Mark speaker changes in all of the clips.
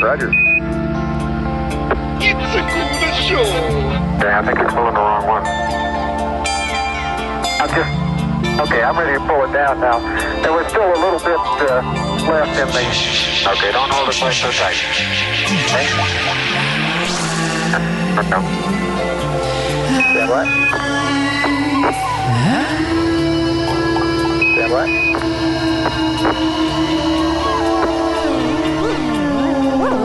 Speaker 1: Roger.
Speaker 2: It's a good show.
Speaker 1: Yeah, I think you're pulling the wrong one. I'm just, okay, I'm ready to pull it down now. There was still a little bit uh, left in the. Okay, don't hold it quite so tight. Okay? No. Stand right. Stand right.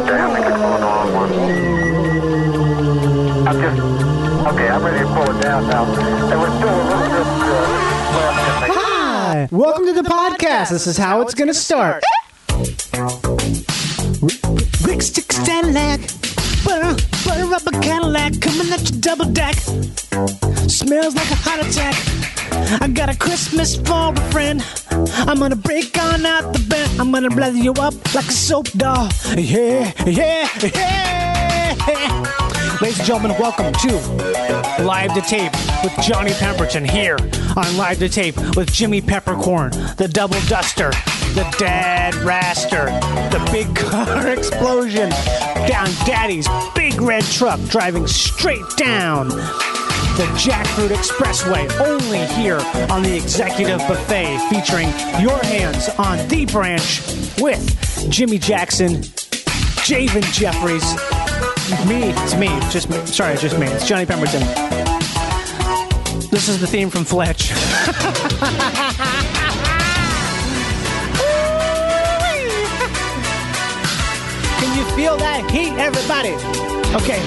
Speaker 1: Yeah, I think you're pulling the wrong one. I'm just okay. I'm ready to pull it down now. There was still a little bit uh, left in the.
Speaker 3: Hi. Welcome to the podcast. This is how it's going to start. Rick Stick Stanlack. Butter, butter up a Cadillac. Coming at you double deck. Smells like a heart attack. I got a Christmas for a friend. I'm gonna break on out the bed. I'm gonna blather you up like a soap doll. Yeah, yeah, yeah. Ladies and gentlemen, welcome to Live to Tape with Johnny Pemberton here on Live to Tape with Jimmy Peppercorn, the Double Duster, the Dad Raster, the Big Car Explosion, Down Daddy's Big Red Truck driving straight down the Jackfruit Expressway, only here on the Executive Buffet, featuring your hands on the branch with Jimmy Jackson, Javen Jeffries, me, it's me, just me, sorry, just me, it's Johnny Pemberton. This is the theme from Fletch. Can you feel that heat, everybody? Okay,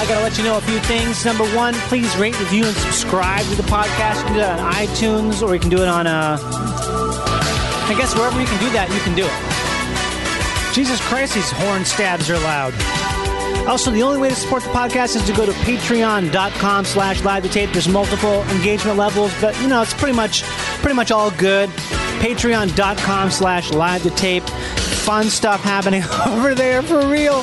Speaker 3: I gotta let you know a few things. Number one, please rate, review, and subscribe to the podcast. You can do that on iTunes, or you can do it on, uh, I guess wherever you can do that, you can do it. Jesus Christ, these horn stabs are loud. Also, the only way to support the podcast is to go to patreon.com slash live to tape. There's multiple engagement levels, but you know, it's pretty much pretty much all good. Patreon.com slash live to tape. Fun stuff happening over there for real.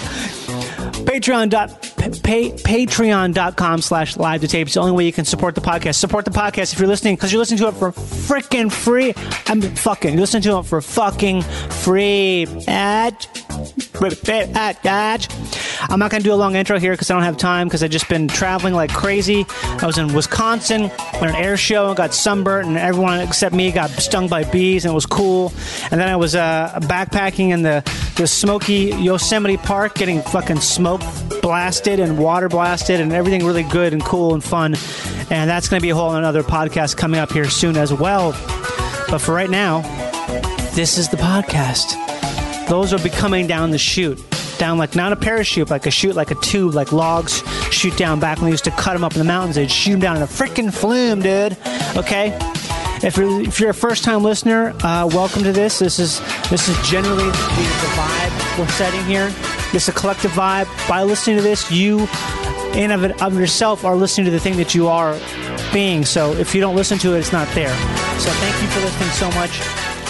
Speaker 3: Patreon dot, pa- pa- patreon.com slash live to tape. It's the only way you can support the podcast. Support the podcast if you're listening, because you're listening to it for freaking free. I'm fucking, you're listening to it for fucking free. At I'm not going to do a long intro here because I don't have time because I've just been traveling like crazy. I was in Wisconsin on an air show and got sunburned, and everyone except me got stung by bees, and it was cool. And then I was uh, backpacking in the, the smoky Yosemite Park getting fucking smoke blasted and water blasted and everything really good and cool and fun. And that's going to be a whole another podcast coming up here soon as well. But for right now, this is the podcast those will be coming down the chute. Down like not a parachute, like a chute, like a tube, like logs shoot down. Back when they used to cut them up in the mountains, they'd shoot them down in a freaking flume, dude. Okay. If you're, if you're a first-time listener, uh, welcome to this. This is this is generally the, the vibe we're setting here. This is a collective vibe. By listening to this, you in of, it, of yourself are listening to the thing that you are being. So if you don't listen to it, it's not there. So thank you for listening so much.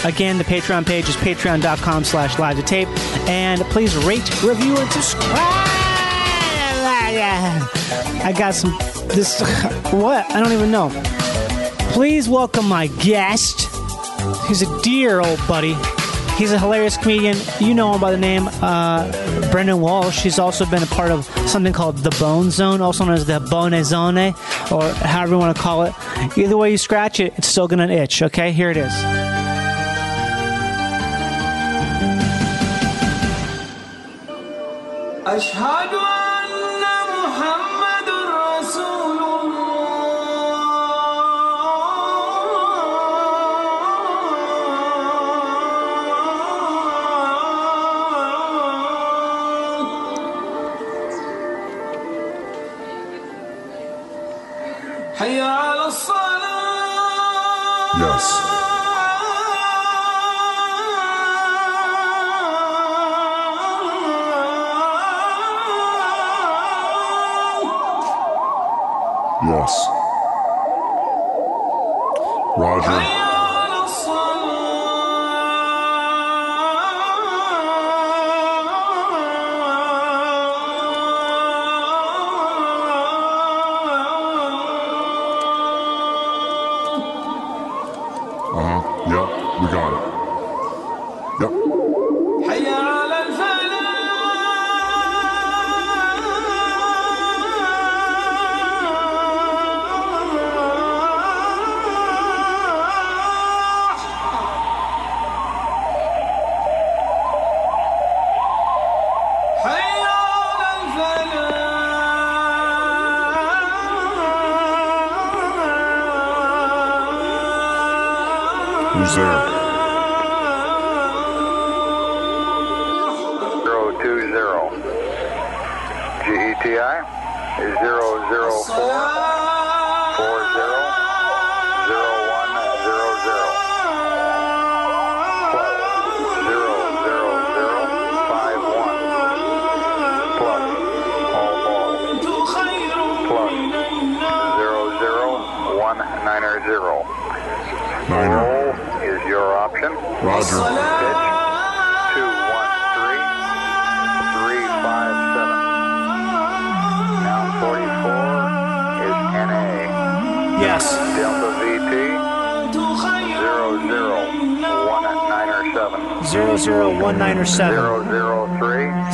Speaker 3: Again, the Patreon page is patreon.com slash live to tape. And please rate, review, and subscribe. I got some this what? I don't even know. Please welcome my guest. He's a dear old buddy. He's a hilarious comedian. You know him by the name uh, Brendan Walsh. He's also been a part of something called The Bone Zone, also known as The Bone Zone, or however you want to call it. Either way you scratch it, it's still going to itch, okay? Here it is.
Speaker 4: أشهد أن محمد رسول الله حي على الصلاة
Speaker 5: Yes. Yes. Roger.
Speaker 4: Hey,
Speaker 5: Uh huh. Yep. We Uh-huh. got it. Yep.
Speaker 4: حي على الفلاح حي على الفلاح
Speaker 5: Who's there?
Speaker 1: 020. GETI is 004 0100 plus 00051 plus all balls plus 00190.
Speaker 5: Niner.
Speaker 1: Roll is your option.
Speaker 5: Roger.
Speaker 1: Pitch 213 357. Now 44 is NA.
Speaker 3: Yes.
Speaker 1: Delta VT 00197.
Speaker 3: Zero zero one nine or seven.
Speaker 1: 003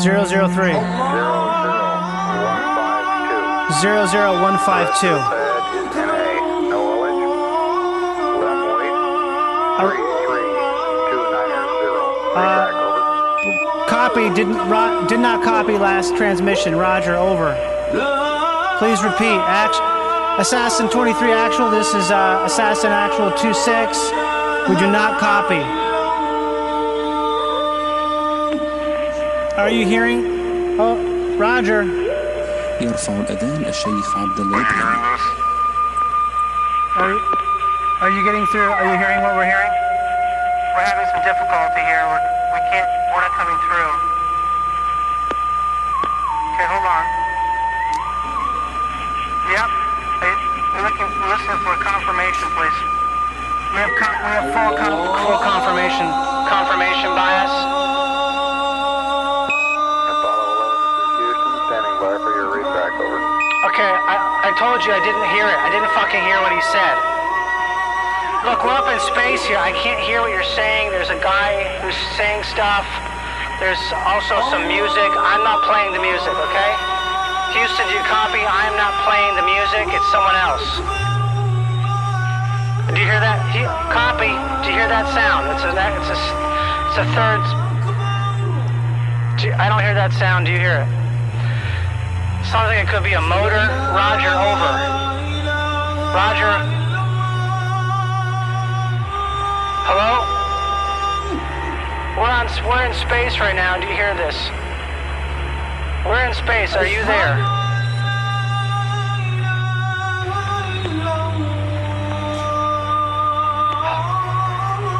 Speaker 3: Zero zero three.
Speaker 1: 00152.
Speaker 3: Zero zero one five two.
Speaker 1: Bad is NA. Knowledge. Left wing. Three three two nine zero. Retract over.
Speaker 3: Copy. Didn't ro- did not copy last transmission. Roger. Over. Please repeat. Act- Assassin 23 actual. This is uh, Assassin actual 26. We do not copy. Are you hearing? Oh, Roger.
Speaker 6: يرفع الأذان الشيخ عبد الله إبراهيم.
Speaker 3: Are, are you getting through? Are you hearing what we're hearing?
Speaker 7: We're having some difficulty here. We're, we can't, we're not coming through. Okay, hold on. Yep. It- We're looking, we're listening for a confirmation, please. We have, con- we have full, con- full confirmation. Confirmation bias.
Speaker 1: Apollo 11 for Houston. Standing by for your retract over.
Speaker 7: Okay, I, I told you I didn't hear it. I didn't fucking hear what he said. Look, we're up in space here. I can't hear what you're saying. There's a guy who's saying stuff. There's also some music. I'm not playing the music, okay? Houston, do you copy? I am not playing the music. It's someone else. Do you hear that? He, copy. Do you hear that sound? It's a, it's a, it's a third. Do you- I don't hear that sound. Do you hear it? Sounds like it could be a motor. Roger, over. Roger. Hello? We're on. We're in space right now. Do you hear this? We're in space. Are you there?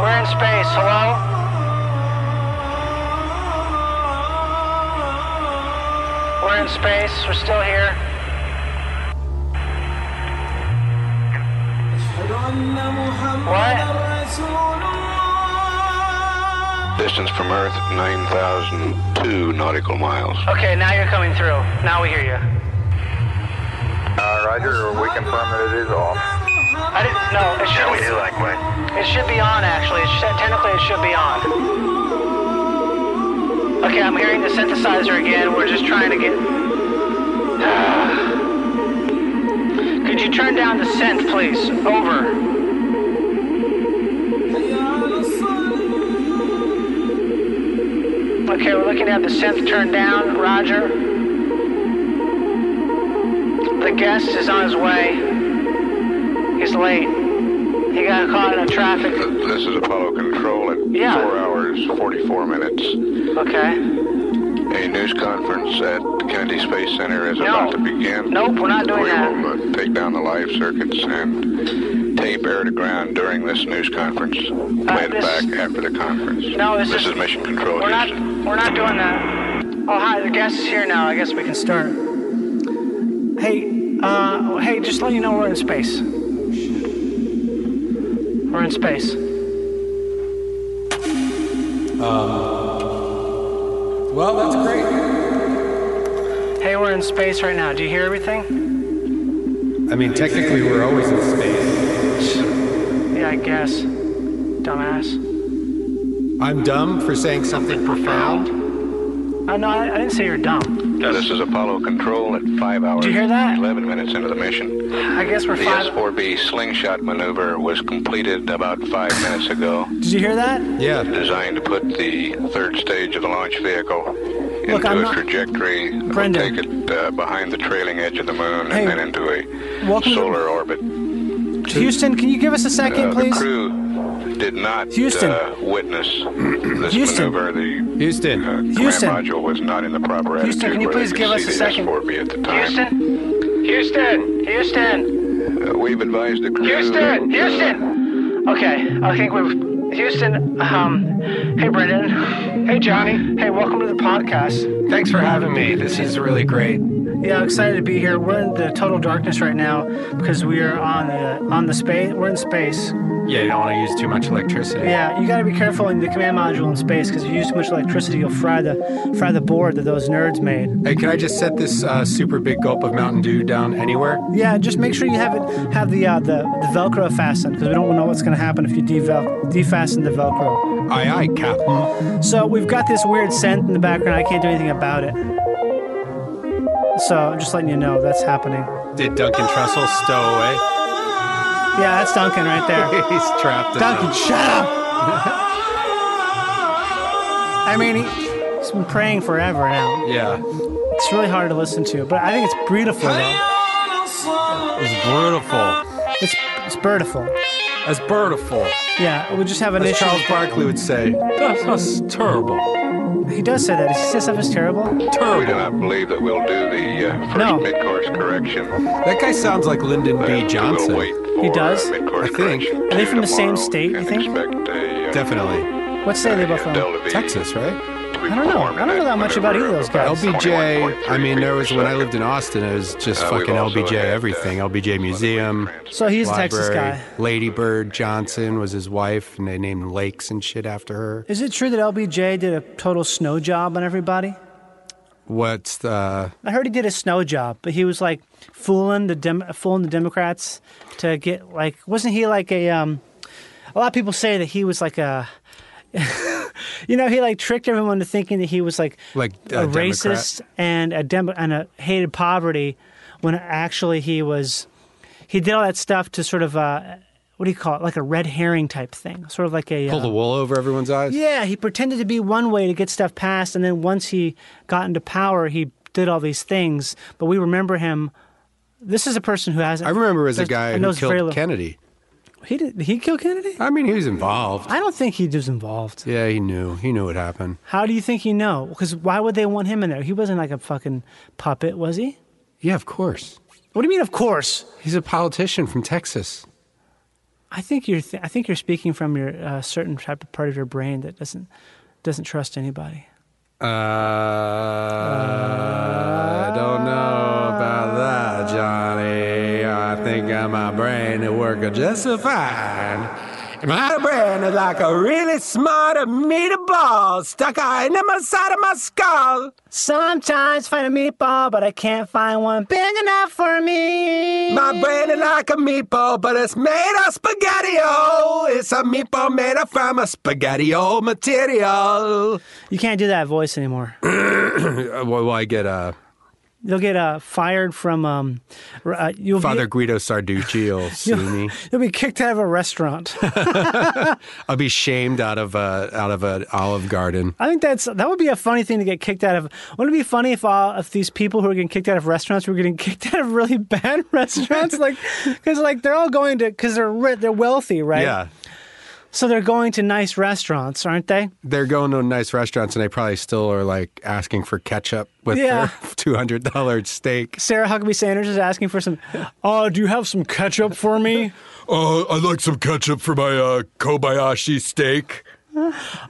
Speaker 7: We're in space. Hello? We're in space. We're still here. What?
Speaker 8: Distance from Earth 9,002 nautical miles.
Speaker 7: Okay, now you're coming through. Now we hear you.
Speaker 1: Uh, Roger, we confirm that it is off.
Speaker 7: I didn't. No, it should.
Speaker 1: we do likewise.
Speaker 7: It should be on actually. It should, technically, it should be on. Okay, I'm hearing the synthesizer again. We're just trying to get. Could you turn down the synth, please? Over. Okay, we're looking at the synth turned down. Roger. The guest is on his way. He's late. He got caught in a traffic.
Speaker 8: This is Apollo Control at
Speaker 7: Yeah.
Speaker 8: 4 hours 44 minutes.
Speaker 7: Okay.
Speaker 8: A news conference at Kennedy Space Center is
Speaker 7: No.
Speaker 8: about to begin.
Speaker 7: Nope, we're not doing
Speaker 8: we
Speaker 7: that.
Speaker 8: will uh, take down the live circuits and tape air to ground during this news conference. Play it
Speaker 7: Uh, this-
Speaker 8: back after the conference.
Speaker 7: No, this
Speaker 8: this
Speaker 7: is-
Speaker 8: is Mission Control.
Speaker 7: We're not.
Speaker 8: Houston.
Speaker 7: We're not doing that. Oh hi, the guest is here now. I guess we can start. Hey, uh, hey, just let you know we're in space. We're in space.
Speaker 9: Uh, Well, that's great.
Speaker 7: Hey, we're in space right now. Do you hear everything?
Speaker 9: I mean, technically, we're always in space.
Speaker 7: Yeah, I guess. Dumbass.
Speaker 9: I'm dumb for saying something profound.
Speaker 7: Oh, no, I, I didn't say you're dumb.
Speaker 8: This is Apollo Control at 5 hours
Speaker 7: you hear that?
Speaker 8: 11 minutes into the mission.
Speaker 7: I guess we're
Speaker 8: the
Speaker 7: five.
Speaker 8: S-4B slingshot maneuver was completed about five minutes ago.
Speaker 3: Did you hear that?
Speaker 9: Yeah.
Speaker 8: Designed to put the third stage of the launch vehicle into
Speaker 3: Look, I'm
Speaker 8: a
Speaker 3: not-
Speaker 8: trajectory that will
Speaker 3: Brendan.
Speaker 8: take it uh, behind the trailing edge of the moon
Speaker 3: Hey,
Speaker 8: and then into a
Speaker 3: welcome to-
Speaker 8: solar orbit.
Speaker 3: Houston, can you give us a second,
Speaker 8: Uh, the
Speaker 3: please?
Speaker 8: crew did not
Speaker 3: Houston.
Speaker 8: Uh, witness this
Speaker 3: Houston.
Speaker 8: maneuver. The
Speaker 9: Houston.
Speaker 8: uh,
Speaker 3: Houston.
Speaker 8: command module was not in the proper attitude
Speaker 7: Houston, can you
Speaker 8: where they
Speaker 7: please
Speaker 8: could
Speaker 7: give us
Speaker 8: see
Speaker 7: a
Speaker 8: the
Speaker 7: second?
Speaker 8: S-4B at the time.
Speaker 7: Houston? Houston! Houston!
Speaker 8: Uh, we've advised the crew. that, uh,
Speaker 7: Houston! Houston! Okay, I think we've. Houston, um. Hey, Brendan. Hey, Johnny. Hey, welcome to the podcast.
Speaker 10: Thanks for having me. This is really great.
Speaker 7: Yeah, excited to be here. We're in the total darkness right now because we are on the on the space. We're in space.
Speaker 10: Yeah, you don't want to use too much electricity.
Speaker 7: Yeah, you got to be careful in the command module in space because if you use too much electricity, you'll fry the fry the board that those nerds made.
Speaker 9: Hey, can I just set this uh, super big gulp of Mountain Dew down anywhere?
Speaker 3: Yeah, just make sure you have it have the uh, the, the Velcro fastened because we don't know what's going to happen if you devel- defasten the Velcro.
Speaker 9: Aye, aye, Captain.
Speaker 3: So we've got this weird scent in the background. I can't do anything about it. So I'm just letting you know that's happening.
Speaker 9: Did Duncan Trussell stow away?
Speaker 3: Yeah, that's Duncan right there.
Speaker 9: He's trapped. in
Speaker 3: Duncan,
Speaker 9: the-
Speaker 3: shut up! I mean, he- he's been praying forever now.
Speaker 9: Yeah.
Speaker 3: It's really hard to listen to, but I think it's beautiful though.
Speaker 9: It's beautiful.
Speaker 3: It's it's beautiful.
Speaker 9: That's beautiful.
Speaker 3: Yeah, we just have an
Speaker 9: As
Speaker 3: issue.
Speaker 9: Charles Barkley would say, that's, that's terrible.
Speaker 3: He does say that. He says stuff is terrible.
Speaker 8: We do
Speaker 9: Terrible.
Speaker 8: not believe that we'll do the uh, first
Speaker 3: No.
Speaker 8: mid-course correction.
Speaker 9: That guy sounds like Lyndon
Speaker 8: but
Speaker 9: B.
Speaker 8: We
Speaker 9: Johnson.
Speaker 8: will wait for
Speaker 3: He does?
Speaker 8: Uh, mid-course
Speaker 9: I think.
Speaker 8: correction
Speaker 3: Are they from the same
Speaker 8: tomorrow
Speaker 3: state, you
Speaker 8: and
Speaker 3: think?
Speaker 8: Expect a, uh,
Speaker 9: Definitely.
Speaker 3: What state are they
Speaker 8: a
Speaker 3: both from?
Speaker 8: Delta V
Speaker 9: Texas, right?
Speaker 8: to be
Speaker 3: I don't know.
Speaker 8: performed
Speaker 3: I don't
Speaker 8: in
Speaker 3: know
Speaker 8: a
Speaker 3: that much about either of those
Speaker 8: maneuver
Speaker 3: guys.
Speaker 8: about
Speaker 9: LBJ.
Speaker 8: 21.3
Speaker 9: I mean, there was
Speaker 8: feet per
Speaker 9: when I
Speaker 8: second.
Speaker 9: lived in Austin, it was just
Speaker 8: Uh, we've
Speaker 9: fucking
Speaker 8: also
Speaker 9: LBJ
Speaker 8: had, uh,
Speaker 9: everything. LBJ Museum.
Speaker 3: So he's a Texas
Speaker 9: Library.
Speaker 3: guy.
Speaker 9: Lady Bird Johnson was his wife, and they named lakes and shit after her.
Speaker 3: Is it true that LBJ did a total snow job on everybody?
Speaker 9: What's the?
Speaker 3: I heard he did a snow job, but he was like fooling the Dem- fooling the Democrats to get like wasn't he like a um a lot of people say that he was like a you know he like tricked everyone into thinking that he was like
Speaker 9: Like, uh,
Speaker 3: a,
Speaker 9: a
Speaker 3: racist and a Dem- and a hated poverty when actually he was he did all that stuff to sort of uh what do you call it like a red herring type thing sort of like a
Speaker 9: Pull
Speaker 3: uh,
Speaker 9: the wool over everyone's eyes.
Speaker 3: Yeah, he pretended to be one way to get stuff passed, and then once he got into power, he did all these things. But we remember him. This is a person who hasn't.
Speaker 9: I remember as a
Speaker 3: does-
Speaker 9: guy who
Speaker 3: knows very
Speaker 9: killed
Speaker 3: little-
Speaker 9: Kennedy.
Speaker 3: He did, did he kill Kennedy?
Speaker 9: I mean, he was involved.
Speaker 3: I don't think he was involved.
Speaker 9: Yeah, he knew. He knew what happened.
Speaker 3: How do you think he know? Because why would they want him in there? He wasn't like a fucking puppet, was he?
Speaker 9: Yeah, of course.
Speaker 3: What do you mean? Of course.
Speaker 9: He's a politician from Texas.
Speaker 3: I think you're. Th- I think you're speaking from your uh, certain type of part of your brain that doesn't doesn't trust anybody.
Speaker 9: Uh, I don't know about that, Johnny. I think uh, my brain is working just fine. My brain is like a really smart meatball stuck in the side of my skull.
Speaker 3: Sometimes find a meatball, but I can't find one big enough for me.
Speaker 9: My brain is like a meatball, but it's made of spaghetti-o. It's a meatball made of from a spaghetti-o material.
Speaker 3: You can't do that voice anymore.
Speaker 9: Uh, well, I get uh,
Speaker 3: You'll get uh, fired from. Um, r- uh, you'll
Speaker 9: Father
Speaker 3: Be,
Speaker 9: Guido Sarducci will sue me.
Speaker 3: you'll be kicked out of a restaurant.
Speaker 9: I'll be shamed out of a out of an Olive Garden.
Speaker 3: I think that's that would be a funny thing to get kicked out of. Wouldn't it be funny if all if these people who are getting kicked out of restaurants were getting kicked out of really bad restaurants, like because like they're all going to because they're ri- they're wealthy, right?
Speaker 9: Yeah,
Speaker 3: So they're going to nice restaurants, aren't they?
Speaker 9: they're going to nice restaurants, and they probably still are like asking for ketchup with
Speaker 3: Yeah.
Speaker 9: their two hundred dollar steak.
Speaker 3: Sarah Huckabee Sanders is asking for some. Oh, do you have some ketchup for me?
Speaker 9: Uh, I'd like some ketchup for my uh, Kobayashi steak.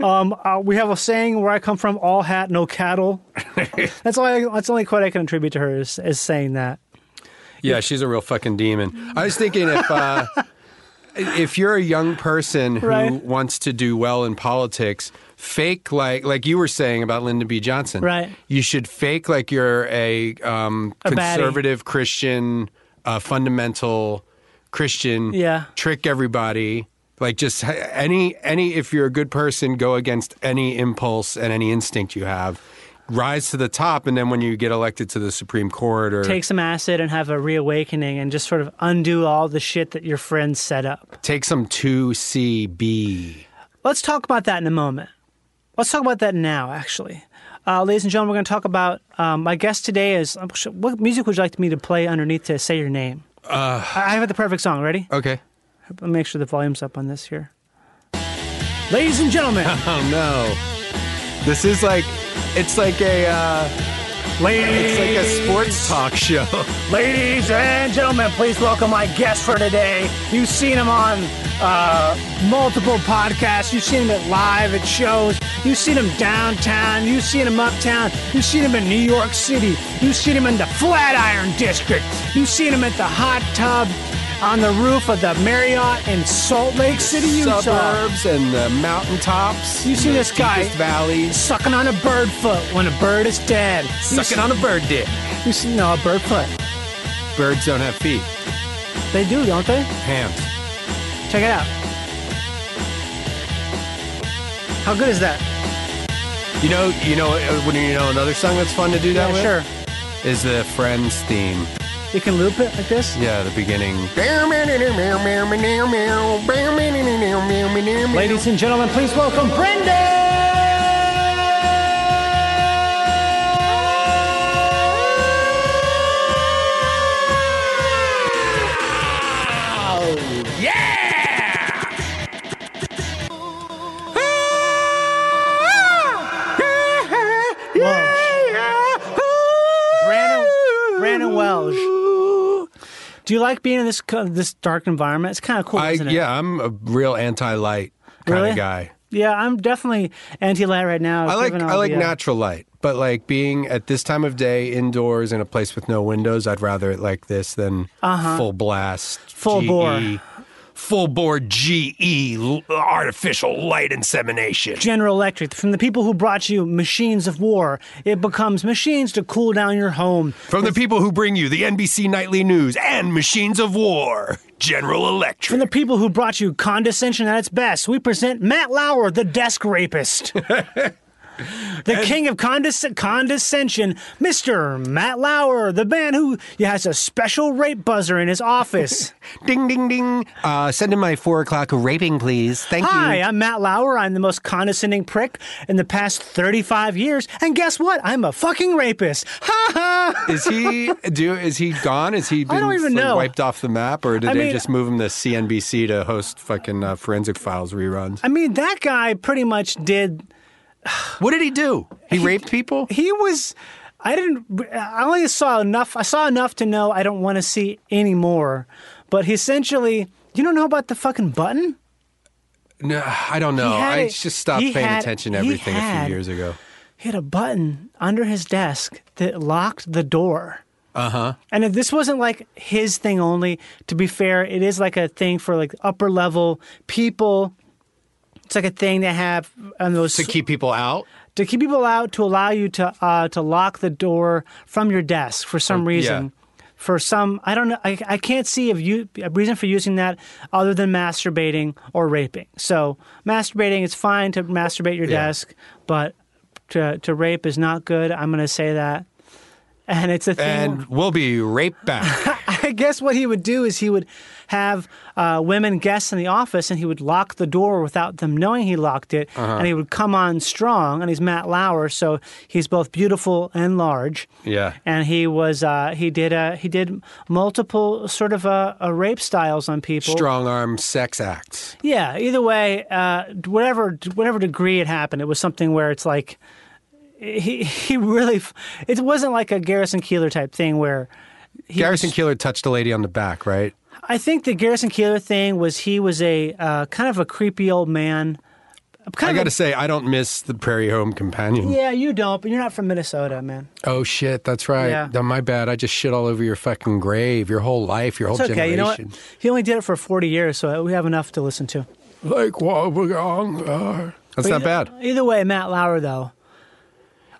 Speaker 3: Uh, we have a saying where I come from: all hat, no cattle. that's all. I, that's the only quote I can attribute to her is, is saying that.
Speaker 9: Yeah, she's a real fucking demon. I was thinking if uh, if you're a young person who
Speaker 3: Right.
Speaker 9: wants to do well in politics, fake like like you were saying about Lyndon B. Johnson.
Speaker 3: Right.
Speaker 9: You should fake like you're a, um,
Speaker 3: A baddie.
Speaker 9: conservative Christian, uh, fundamental Christian.
Speaker 3: Yeah.
Speaker 9: Trick everybody. Like just h- any any if you're a good person, go against any impulse and any instinct you have. Rise to the top, and then when you get elected to the Supreme Court or
Speaker 3: Take some acid and have a reawakening and just sort of undo all the shit that your friends set up.
Speaker 9: take some two CB.
Speaker 3: Let's talk about that in a moment. Let's talk about that now, actually. Uh, ladies and gentlemen, we're going to talk about um, my guest today is what music would you like me to play underneath to say your name? Uh, I have the perfect song. Ready?
Speaker 9: Okay.
Speaker 3: Let me make sure the volume's up on this here. Ladies and gentlemen.
Speaker 9: Oh no. This is like it's like a uh, it's like a sports talk show.
Speaker 3: Ladies and gentlemen, please welcome my guest for today. You've seen him on uh, multiple podcasts. You've seen him at live at shows. You've seen him downtown. You've seen him uptown. You've seen him in New York City. You've seen him in the Flatiron District. You've seen him at the hot tub on the roof of the Marriott in Salt Lake City, Utah.
Speaker 9: Suburbs and the mountaintops.
Speaker 3: You see
Speaker 9: and the
Speaker 3: this guy
Speaker 9: deepest valleys.
Speaker 3: sucking on a bird foot when a bird is dead. You
Speaker 9: Sucking on a bird dick.
Speaker 3: see- You see, no, a bird foot.
Speaker 9: Birds don't have feet.
Speaker 3: They do, don't they?
Speaker 9: Hands.
Speaker 3: Check it out. How good is that?
Speaker 9: You know, you know, uh, when you know another song that's fun to do that
Speaker 3: Yeah,
Speaker 9: with
Speaker 3: sure.
Speaker 9: is the Friends theme.
Speaker 3: You can loop it like this.
Speaker 9: Yeah, the beginning.
Speaker 3: Ladies and gentlemen, please welcome Brenda. Brandon, Brandon Welsh. Do you like being in this co- this dark environment? It's kind of cool,
Speaker 9: I
Speaker 3: isn't it?
Speaker 9: yeah, I'm a real anti-light kind
Speaker 3: Really?
Speaker 9: of guy.
Speaker 3: Yeah, I'm definitely anti-light right now.
Speaker 9: I like
Speaker 3: given all
Speaker 9: I like
Speaker 3: the, uh,
Speaker 9: natural light, but like being at this time of day indoors in a place with no windows, I'd rather it like this than full blast,
Speaker 3: Uh-huh. Full
Speaker 9: GE,
Speaker 3: bore.
Speaker 9: full bore GE l- artificial light insemination.
Speaker 3: General Electric, from the people who brought you machines of war, it becomes machines to cool down your home.
Speaker 9: From the people who bring you the NBC Nightly News and Machines of War, General Electric.
Speaker 3: From the people who brought you condescension at its best, we present Matt Lauer, the desk rapist. the king of condes- condescension, Mr. Matt Lauer, the man who has a special rape buzzer in his office.
Speaker 9: ding, ding, ding. Uh, send in my four o'clock raping, please. Thank
Speaker 3: Hi, I'm Matt Lauer. I'm the most condescending prick in the past 35 years. And guess what? I'm a fucking rapist. Ha ha!
Speaker 9: Is he do? Is he gone? Is he? Been,
Speaker 3: don't even
Speaker 9: like,
Speaker 3: know.
Speaker 9: Wiped off the map, or did
Speaker 3: I
Speaker 9: they
Speaker 3: mean-
Speaker 9: just move him to CNBC to host fucking uh, Forensic Files reruns?
Speaker 3: I mean, that guy pretty much did.
Speaker 9: What did he do? He, raped people.
Speaker 3: He was. I didn't. I only saw enough. I saw enough to know I don't want to see any more. But he essentially, you don't know about the fucking button?
Speaker 9: No, I don't know.
Speaker 3: had
Speaker 9: I
Speaker 3: it-
Speaker 9: just stopped
Speaker 3: he
Speaker 9: paying
Speaker 3: had-
Speaker 9: attention to
Speaker 3: he
Speaker 9: everything a
Speaker 3: had-
Speaker 9: few years ago.
Speaker 3: He had a button under his desk that locked the door. Uh huh. And if this wasn't like his thing only, to be fair, it is like a thing for like upper level people. It's like a thing they have on those
Speaker 9: To keep people out.
Speaker 3: to keep people out to allow you to uh, to lock the door from your desk for some
Speaker 9: Oh,
Speaker 3: reason. For some, I don't know. I, I can't see a, u- a reason for using that other than masturbating or raping. So masturbating, it's fine to masturbate your
Speaker 9: Yeah.
Speaker 3: desk, but to to rape is not good. I'm gonna say that, and it's a thing.
Speaker 9: And we'll be right back.
Speaker 3: I guess what he would do is he would have uh, women guests in the office and he would lock the door without them knowing he locked it. And he would come on strong. And he's Matt Lauer, so he's both beautiful and large.
Speaker 9: Yeah.
Speaker 3: And he was uh, he did uh, he did multiple sort of uh, uh, rape styles on people.
Speaker 9: Strong arm sex acts.
Speaker 3: Yeah. Either way, uh, whatever whatever degree it happened, it was something where it's like he he really f- it wasn't like a Garrison Keeler type thing where. He was-
Speaker 9: Garrison Keeler touched a lady on the back, right?
Speaker 3: I think the Garrison Keeler thing was he was a uh, kind of a creepy old man. Kind
Speaker 9: I
Speaker 3: of
Speaker 9: got to
Speaker 3: a-
Speaker 9: say, I don't miss the Prairie Home Companion.
Speaker 3: yeah, you don't, but you're not from Minnesota, man.
Speaker 9: Oh shit, that's right.
Speaker 3: Yeah.
Speaker 9: No, my bad. I just shit all over your fucking grave, your whole life, your whole
Speaker 3: It's okay. You know what?
Speaker 9: generation.
Speaker 3: He only did it for 40 years, so we have enough to listen to.
Speaker 9: Like what we wrong are. That's not bad.
Speaker 3: Either way, Matt Lauer though.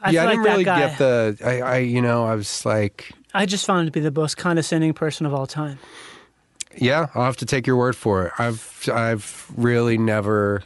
Speaker 3: I
Speaker 9: yeah, I
Speaker 3: feel
Speaker 9: didn't
Speaker 3: like
Speaker 9: really
Speaker 3: that guy.
Speaker 9: get the. I, I, you know, I was like,
Speaker 3: I just found him to be the most condescending person of all time.
Speaker 9: Yeah, I'll have to take your word for it. I've I've really never.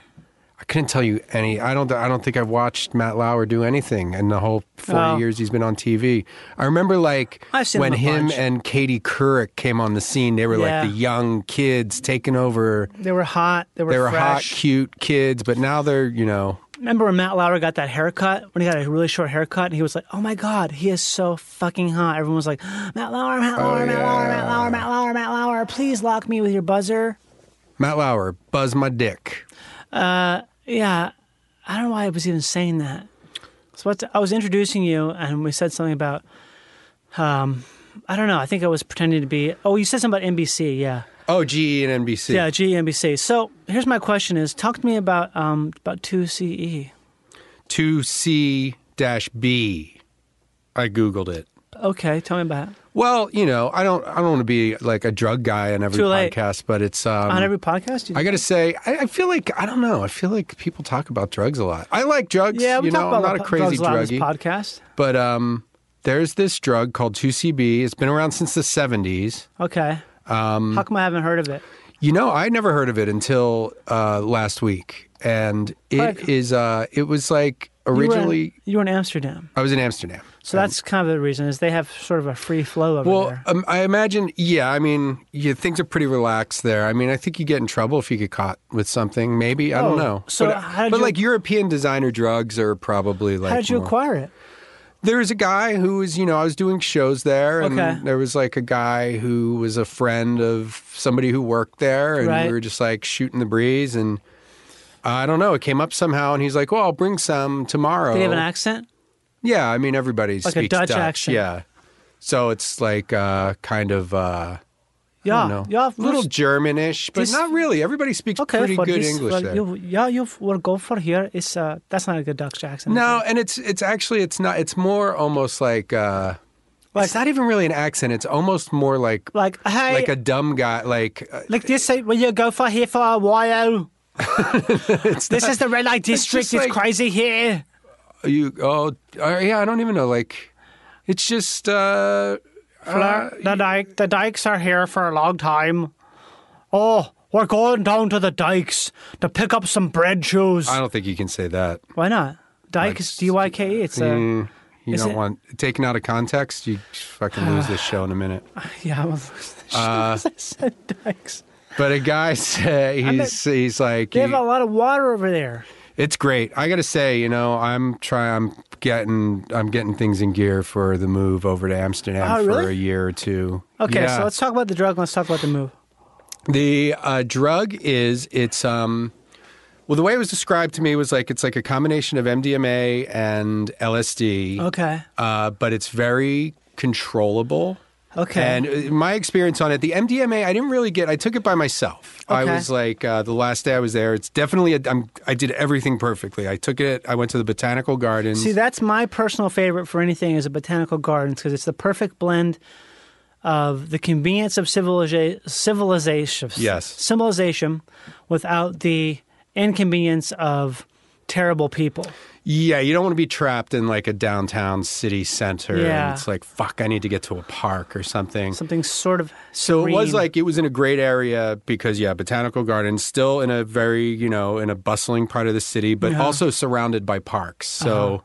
Speaker 9: I couldn't tell you any. I don't. I don't think I've watched Matt Lauer do anything in the whole forty
Speaker 3: Oh.
Speaker 9: years he's been on TV. I remember like
Speaker 3: I've seen
Speaker 9: when
Speaker 3: him a
Speaker 9: him
Speaker 3: bunch.
Speaker 9: and Katie Couric came on the scene. They were
Speaker 3: Yeah.
Speaker 9: like the young kids taking over.
Speaker 3: They were hot. They were,
Speaker 9: they were hot,
Speaker 3: fresh.
Speaker 9: cute kids, but now they're you know.
Speaker 3: Remember when Matt Lauer got that haircut? When he got a really short haircut, and he was like, "Oh my god, he is so fucking hot!" Everyone was like, "Matt Lauer, Matt Lauer,
Speaker 9: Oh,
Speaker 3: Matt Lauer, Matt Lauer, Matt Lauer, Matt Lauer, please lock me with your buzzer."
Speaker 9: Matt Lauer, buzz my dick.
Speaker 3: Uh, yeah, I don't know why I was even saying that. So what's, I was introducing you, and we said something about, um, I don't know. I think I was pretending to be. Oh, you said something about NBC. Yeah,
Speaker 9: Oh, GE and NBC.
Speaker 3: yeah, E GNBC. So here's my question: Is talk to me about um about two E. CE?
Speaker 9: Two C dash B. I googled it.
Speaker 3: Okay, tell me about it.
Speaker 9: Well, you know, I don't I don't want to be like a drug guy on every
Speaker 3: Too late.
Speaker 9: podcast, but it's um,
Speaker 3: on every podcast. You
Speaker 9: I got to say, I, I feel like I don't know. I feel like people talk about drugs a lot. I like drugs.
Speaker 3: yeah, we
Speaker 9: you
Speaker 3: talk
Speaker 9: know,
Speaker 3: about
Speaker 9: I'm not a
Speaker 3: po-
Speaker 9: crazy
Speaker 3: drugs lot on this
Speaker 9: druggie.
Speaker 3: podcast.
Speaker 9: but um, there's this drug called 2CB. It's been around since the 70s.
Speaker 3: Okay,
Speaker 9: Um,
Speaker 3: how come I haven't heard of it?
Speaker 9: you know, I never heard of it until uh, last week, and it is.
Speaker 3: Like-
Speaker 9: uh, it was like originally.
Speaker 3: you were in, you were in Amsterdam,
Speaker 9: I was in Amsterdam.
Speaker 3: so that's kind of the reason is they have sort of a free flow over
Speaker 9: Well,
Speaker 3: there.
Speaker 9: um, I imagine, yeah, I mean, yeah, things are pretty relaxed there. I mean, I think you get in trouble if you get caught with something, maybe. I
Speaker 3: Oh,
Speaker 9: don't know.
Speaker 3: so
Speaker 9: but uh,
Speaker 3: how did
Speaker 9: but
Speaker 3: you-
Speaker 9: like European designer drugs are probably like.
Speaker 3: How did you
Speaker 9: more-
Speaker 3: acquire it?
Speaker 9: There was a guy who was, you know, I was doing shows there, and
Speaker 3: Okay.
Speaker 9: there was like a guy who was a friend of somebody who worked there, and
Speaker 3: Right.
Speaker 9: we were just like shooting the breeze. And I don't know, it came up somehow, and he's like, well, I'll bring some tomorrow.
Speaker 3: Did he have an accent?
Speaker 9: Yeah, I mean everybody
Speaker 3: Like a
Speaker 9: speaks
Speaker 3: Dutch accent.
Speaker 9: Yeah, so it's like uh, kind of uh, I
Speaker 3: Ja,
Speaker 9: don't know,
Speaker 3: ja,
Speaker 9: little
Speaker 3: dus-
Speaker 9: Germanish, but
Speaker 3: this-
Speaker 9: not really. Everybody speaks
Speaker 3: Okay,
Speaker 9: pretty
Speaker 3: for
Speaker 9: good
Speaker 3: this,
Speaker 9: English
Speaker 3: well,
Speaker 9: there.
Speaker 3: You, yeah, you will go for here. It's uh, that's not a good Dutch accent.
Speaker 9: no, and it's it's actually it's not. It's more almost like uh,
Speaker 3: Like-
Speaker 9: it's not even really an accent. It's almost more like
Speaker 3: like hey,
Speaker 9: like
Speaker 3: like,
Speaker 9: a dumb guy. Like uh,
Speaker 3: this. Say, will you go for here for a while?
Speaker 9: it's
Speaker 3: This
Speaker 9: not-
Speaker 3: is the red light
Speaker 9: it's
Speaker 3: district. It's,
Speaker 9: just like-
Speaker 3: crazy here.
Speaker 9: you. Oh, uh, yeah. I don't even know. Like it's just. Uh,
Speaker 3: Fla- the dike, the dikes are here for a long time. Oh, we're going down to the dikes to pick up some bread shoes.
Speaker 9: I don't think you can say that.
Speaker 3: Why not? Dike is D Y K E. It's a
Speaker 9: Mm, you
Speaker 3: Is
Speaker 9: don't
Speaker 3: it-
Speaker 9: want taken out of context. You fucking lose this show in a minute.
Speaker 3: yeah. I was-
Speaker 9: Uh,
Speaker 3: I said dikes.
Speaker 9: But a guy said he's he's like
Speaker 3: They have
Speaker 9: he-
Speaker 3: a lot of water over there.
Speaker 9: it's great. I got to say, you know, I'm trying. I'm getting I'm getting things in gear for the move over to Amsterdam
Speaker 3: Oh,
Speaker 9: for
Speaker 3: really?
Speaker 9: a year or two.
Speaker 3: Okay,
Speaker 9: Yeah.
Speaker 3: so let's talk about the drug. Let's talk about the move.
Speaker 9: The uh, drug is it's um well the way it was described to me was like it's like a combination of MDMA and LSD.
Speaker 3: Okay.
Speaker 9: uh, but it's very controllable.
Speaker 3: Okay.
Speaker 9: And uh, my experience on it, the MDMA, I didn't really get. I took it by myself. I
Speaker 3: Okay.
Speaker 9: was like uh, the last day I was there. It's definitely. A, I'm, I did everything perfectly. I took it. I went to the botanical gardens.
Speaker 3: See, that's my personal favorite for anything is a botanical gardens because it's the perfect blend of the convenience of civiliza- civilization,
Speaker 9: Yes.
Speaker 3: civilization, without the inconvenience of terrible people.
Speaker 9: yeah, you don't want to be trapped in like a downtown city center.
Speaker 3: Yeah.
Speaker 9: And it's like fuck. I need to get to a park or something.
Speaker 3: Something sort of
Speaker 9: So it was
Speaker 3: serene.
Speaker 9: like it was in a great area because yeah, botanical gardens still in a very you know in a bustling part of the city, but also surrounded by parks. So,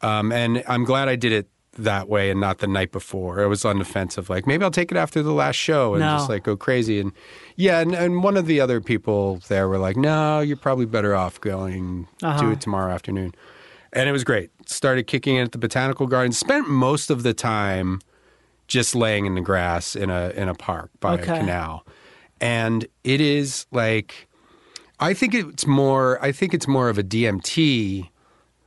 Speaker 9: um, and I'm glad I did it that way and not the night before. I was on the fence of like maybe I'll take it after the last show and
Speaker 3: No.
Speaker 9: just like go crazy and yeah. And, and one of the other people there were like, no, you're probably better off going do it tomorrow afternoon. And it was great. Started kicking it at the botanical gardens. Spent most of the time just laying in the grass in a in a park by
Speaker 3: Okay.
Speaker 9: a canal. And it is like I think it's more I think it's more of a DMT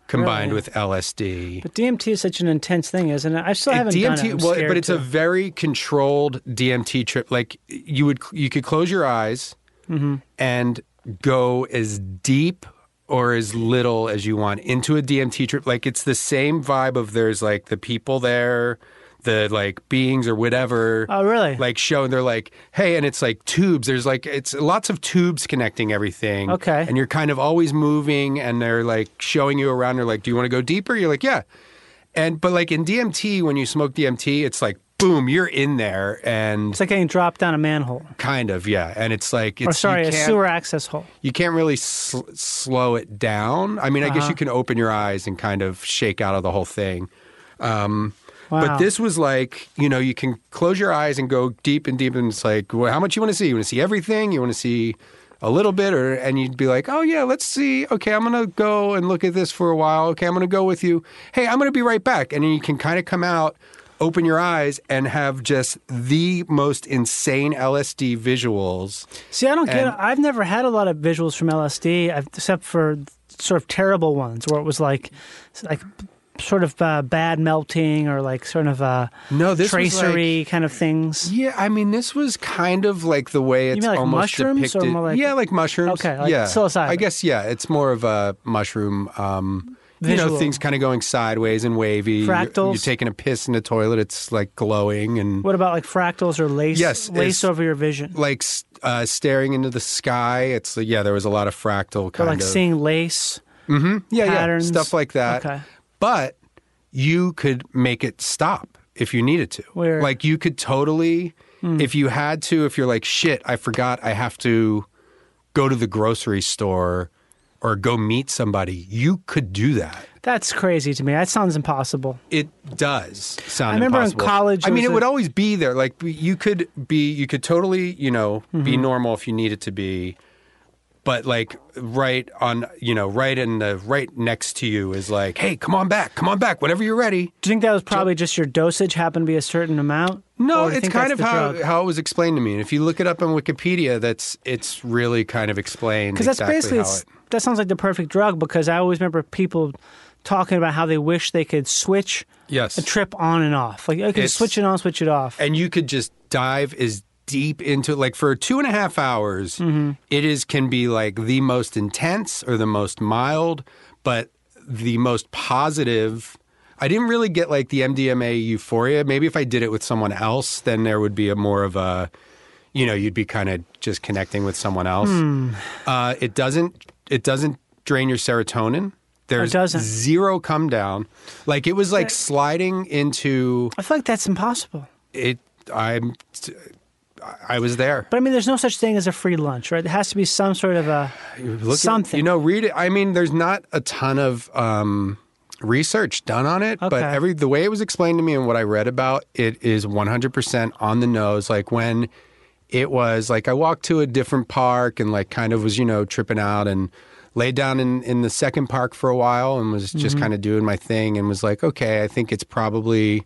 Speaker 9: combined
Speaker 3: Really?
Speaker 9: with LSD.
Speaker 3: But DMT is such an intense thing, isn't it? I still haven't done it.
Speaker 9: DMT
Speaker 3: I'm
Speaker 9: well,
Speaker 3: scared
Speaker 9: but it's
Speaker 3: to.
Speaker 9: a very controlled DMT trip. Like you would you could close your eyes
Speaker 3: Mm-hmm.
Speaker 9: and go as deep or as little as you want into a DMT trip. Like it's the same vibe of there's like the people there, the like beings or whatever.
Speaker 3: Oh, really?
Speaker 9: Like show and they're like, hey, and it's like tubes. There's like it's lots of tubes connecting everything.
Speaker 3: Okay.
Speaker 9: And you're kind of always moving and they're like showing you around. They're like, do you want to go deeper? You're like, yeah. And but like in DMT, when you smoke DMT, it's like boom, you're in there, and
Speaker 3: it's like getting dropped down a manhole.
Speaker 9: Kind of, yeah. And it's like it's
Speaker 3: or sorry,
Speaker 9: you
Speaker 3: a
Speaker 9: can't-
Speaker 3: sewer access hole.
Speaker 9: You can't really sl- slow it down. I mean, I guess
Speaker 3: Uh-huh.
Speaker 9: you can open your eyes and kind of shake out of the whole thing. Um,
Speaker 3: Wow.
Speaker 9: But this was like, you know, you can close your eyes and go deep and deep, and it's like, well, how much you want to see? You want to see everything? You want to see a little bit, or and you'd be like, oh yeah, let's see. Okay, I'm gonna go and look at this for a while. Okay, I'm gonna go with you. Hey, I'm gonna be right back, and then you can kind of come out. Open your eyes and have just the most insane LSD visuals.
Speaker 3: See, I don't get.
Speaker 9: And-
Speaker 3: I've never had a lot of visuals from LSD, I've, except for sort of terrible ones where it was like, like sort of uh, bad melting or like sort of uh,
Speaker 9: No, Oh, this was like-
Speaker 3: tracery kind of things.
Speaker 9: Yeah, I mean, this was kind of like the way it's
Speaker 3: mean like
Speaker 9: almost
Speaker 3: mushrooms or
Speaker 9: depicted.
Speaker 3: more like-
Speaker 9: yeah, like mushrooms.
Speaker 3: Okay, like
Speaker 9: yeah.
Speaker 3: psilocybin.
Speaker 9: I guess yeah, it's more of a mushroom. Um, you know,
Speaker 3: Visual.
Speaker 9: things kind of going sideways and wavy. You're- You're,
Speaker 3: Fractals.
Speaker 9: taking a piss in the toilet. It's like glowing and
Speaker 3: What about like fractals or lace?
Speaker 9: Yes,
Speaker 3: lace
Speaker 9: it's-
Speaker 3: over your vision.
Speaker 9: like s- uh, staring into the sky. It's yeah, there was a lot of fractal
Speaker 3: Or
Speaker 9: kind
Speaker 3: like
Speaker 9: of
Speaker 3: seeing lace.
Speaker 9: hmm yeah,
Speaker 3: patterns.
Speaker 9: yeah, stuff like that.
Speaker 3: Okay.
Speaker 9: But you could make it stop if you needed to.
Speaker 3: Where- Hmm.
Speaker 9: Like you could totally, if you had to, if you're like, shit, I forgot I have to go to the grocery store or go meet somebody, you could do that.
Speaker 3: That's crazy to me. That sounds impossible.
Speaker 9: It does sound.
Speaker 3: I remember in
Speaker 9: impossible.
Speaker 3: college
Speaker 9: I
Speaker 3: there
Speaker 9: mean,
Speaker 3: was
Speaker 9: it would
Speaker 3: a-
Speaker 9: always be there. Like you could be, you could totally, you know, be
Speaker 3: Mm-hmm.
Speaker 9: normal if you needed to be, but like right on, you know, right in the right next to you is like, hey, come on back, come on back, whenever you're ready.
Speaker 3: Do you think that was probably just your dosage happened to be a certain amount?
Speaker 9: No,
Speaker 3: Or do you
Speaker 9: it's
Speaker 3: think
Speaker 9: kind
Speaker 3: that's
Speaker 9: of
Speaker 3: the
Speaker 9: how
Speaker 3: drug?
Speaker 9: how it was explained to me. And if you look it up on Wikipedia, that's it's really kind of explained
Speaker 3: Because that's
Speaker 9: exactly
Speaker 3: basically
Speaker 9: how
Speaker 3: it's, that sounds like the perfect drug. Because I always remember people talking about how they wish they could switch
Speaker 9: Yes.
Speaker 3: a trip on and off. Like I could
Speaker 9: It's-
Speaker 3: switch it on, switch it off.
Speaker 9: and you could just dive as deep into like for two and a half hours it is can be like the most intense or the most mild but the most positive i didn't really get like the mdma euphoria maybe if i did it with someone else then there would be a more of a you know you'd be kind of just connecting with someone else uh, it doesn't it doesn't drain your serotonin there's
Speaker 3: doesn't.
Speaker 9: zero come down like it was like sliding into
Speaker 3: I feel like that's impossible.
Speaker 9: it i'm i was there
Speaker 3: But I mean, there's no such thing as a free lunch, right? There has to be some sort of a
Speaker 9: Look at-
Speaker 3: something.
Speaker 9: you know read it i mean there's not a ton of um research done on it but
Speaker 3: Okay.
Speaker 9: every the way it was explained to me and what i read about it is 100% on the nose like when it was like i walked to a different park and like kind of was you know tripping out and laid down in in the second park for a while and was just
Speaker 3: Mm-hmm.
Speaker 9: kind of doing my thing and was like okay i think it's probably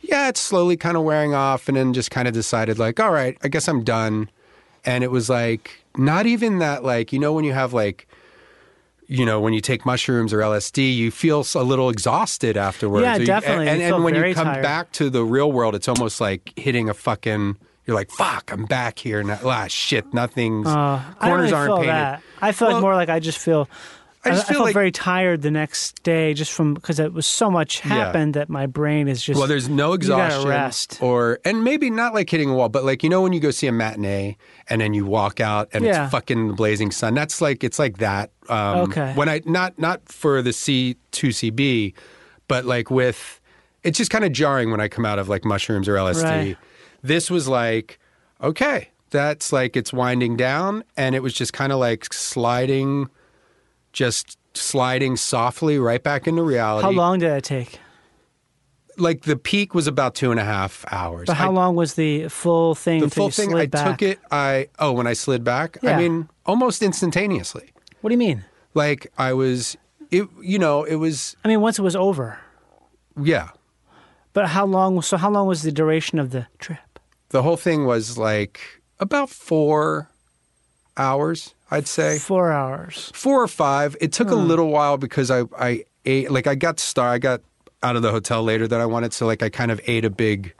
Speaker 9: yeah, it's slowly kind of wearing off, and then just kind of decided like, all right, I guess I'm done. And it was like not even that like you know when you have like you know when you take mushrooms or LSD, you feel s- a little exhausted afterwards.
Speaker 3: Yeah,
Speaker 9: Or you-
Speaker 3: definitely.
Speaker 9: And,
Speaker 3: You
Speaker 9: and,
Speaker 3: feel
Speaker 9: and when
Speaker 3: very
Speaker 9: you come
Speaker 3: tired.
Speaker 9: back to the real world, it's almost like hitting a fucking. You're like, fuck, I'm back here. Now. Ah, shit, nothing's
Speaker 3: Uh, I don't
Speaker 9: corners
Speaker 3: really
Speaker 9: aren't
Speaker 3: feel
Speaker 9: painted.
Speaker 3: that. I feel like
Speaker 9: Well,
Speaker 3: more like I just feel. I,
Speaker 9: just
Speaker 3: I
Speaker 9: feel
Speaker 3: felt
Speaker 9: like-
Speaker 3: very tired the next day, just from because it was so much
Speaker 9: Yeah.
Speaker 3: happened that my brain is just.
Speaker 9: Well, there's no
Speaker 3: you gotta
Speaker 9: exhaustion
Speaker 3: rest.
Speaker 9: or and maybe not like hitting a wall, but like you know when you go see a matinee and then you walk out and
Speaker 3: Yeah.
Speaker 9: it's fucking blazing sun. That's like it's like that. Um,
Speaker 3: Okay.
Speaker 9: When I not not for the C two CB, but like with it's just kind of jarring when I come out of like mushrooms or LSD.
Speaker 3: Right.
Speaker 9: This was like okay, that's like it's winding down, and it was just kind of like sliding, just sliding softly right back into reality
Speaker 3: How long did it take?
Speaker 9: like the peak was about two and a half hours.
Speaker 3: But how
Speaker 9: I-
Speaker 3: long was the full thing?
Speaker 9: the
Speaker 3: until
Speaker 9: full
Speaker 3: you
Speaker 9: thing?
Speaker 3: slid
Speaker 9: I
Speaker 3: back?
Speaker 9: took it. I oh, when I slid back,
Speaker 3: Yeah.
Speaker 9: I mean almost instantaneously.
Speaker 3: What do you mean?
Speaker 9: Like I was, it you know it was
Speaker 3: I mean, once it was over.
Speaker 9: yeah.
Speaker 3: But how long? So how long was the duration of the trip?
Speaker 9: The whole thing was like about four hours, I'd say
Speaker 3: Four hours.
Speaker 9: four or five. It took a
Speaker 3: Hmm.
Speaker 9: little while because I I ate like I got star. I got out of the hotel later than I wanted, so like I kind of ate a big.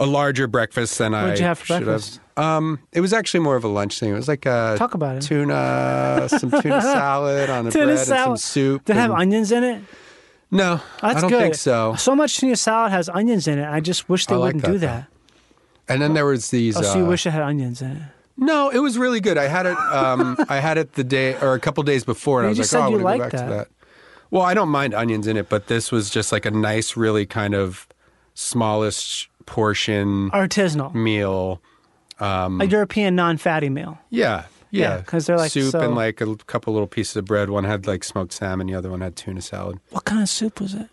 Speaker 9: A larger breakfast than I
Speaker 3: What'd you have for
Speaker 9: should
Speaker 3: breakfast?
Speaker 9: have. Um, it was actually more of a lunch thing. It was like a
Speaker 3: Talk about it.
Speaker 9: tuna, some tuna salad on a
Speaker 3: Tuna
Speaker 9: bread
Speaker 3: salad.
Speaker 9: and some soup.
Speaker 3: Did it have
Speaker 9: and-
Speaker 3: onions in it?
Speaker 9: no,
Speaker 3: That's
Speaker 9: I don't
Speaker 3: good.
Speaker 9: think so.
Speaker 3: So much tuna salad has onions in it. I just wish they
Speaker 9: I like
Speaker 3: wouldn't
Speaker 9: that,
Speaker 3: do
Speaker 9: though.
Speaker 3: that.
Speaker 9: And then there was these.
Speaker 3: Oh, so you
Speaker 9: uh,
Speaker 3: wish it had onions in it?
Speaker 9: No, it was really good. I had it. Um, I had it the day or a couple days before, and
Speaker 3: You
Speaker 9: I was
Speaker 3: just
Speaker 9: like, "Oh, I
Speaker 3: said you
Speaker 9: want to go
Speaker 3: liked
Speaker 9: back to
Speaker 3: that.
Speaker 9: that." Well, I don't mind onions in it, but this was just like a nice, really kind of smallish portion
Speaker 3: artisanal
Speaker 9: Hmm. meal. Um,
Speaker 3: a European non-fatty meal.
Speaker 9: yeah, yeah,
Speaker 3: Yeah, 'cause they're like
Speaker 9: soup
Speaker 3: so-
Speaker 9: and like a couple little pieces of bread. One had like smoked salmon, the other one had tuna salad.
Speaker 3: What kind of soup was it?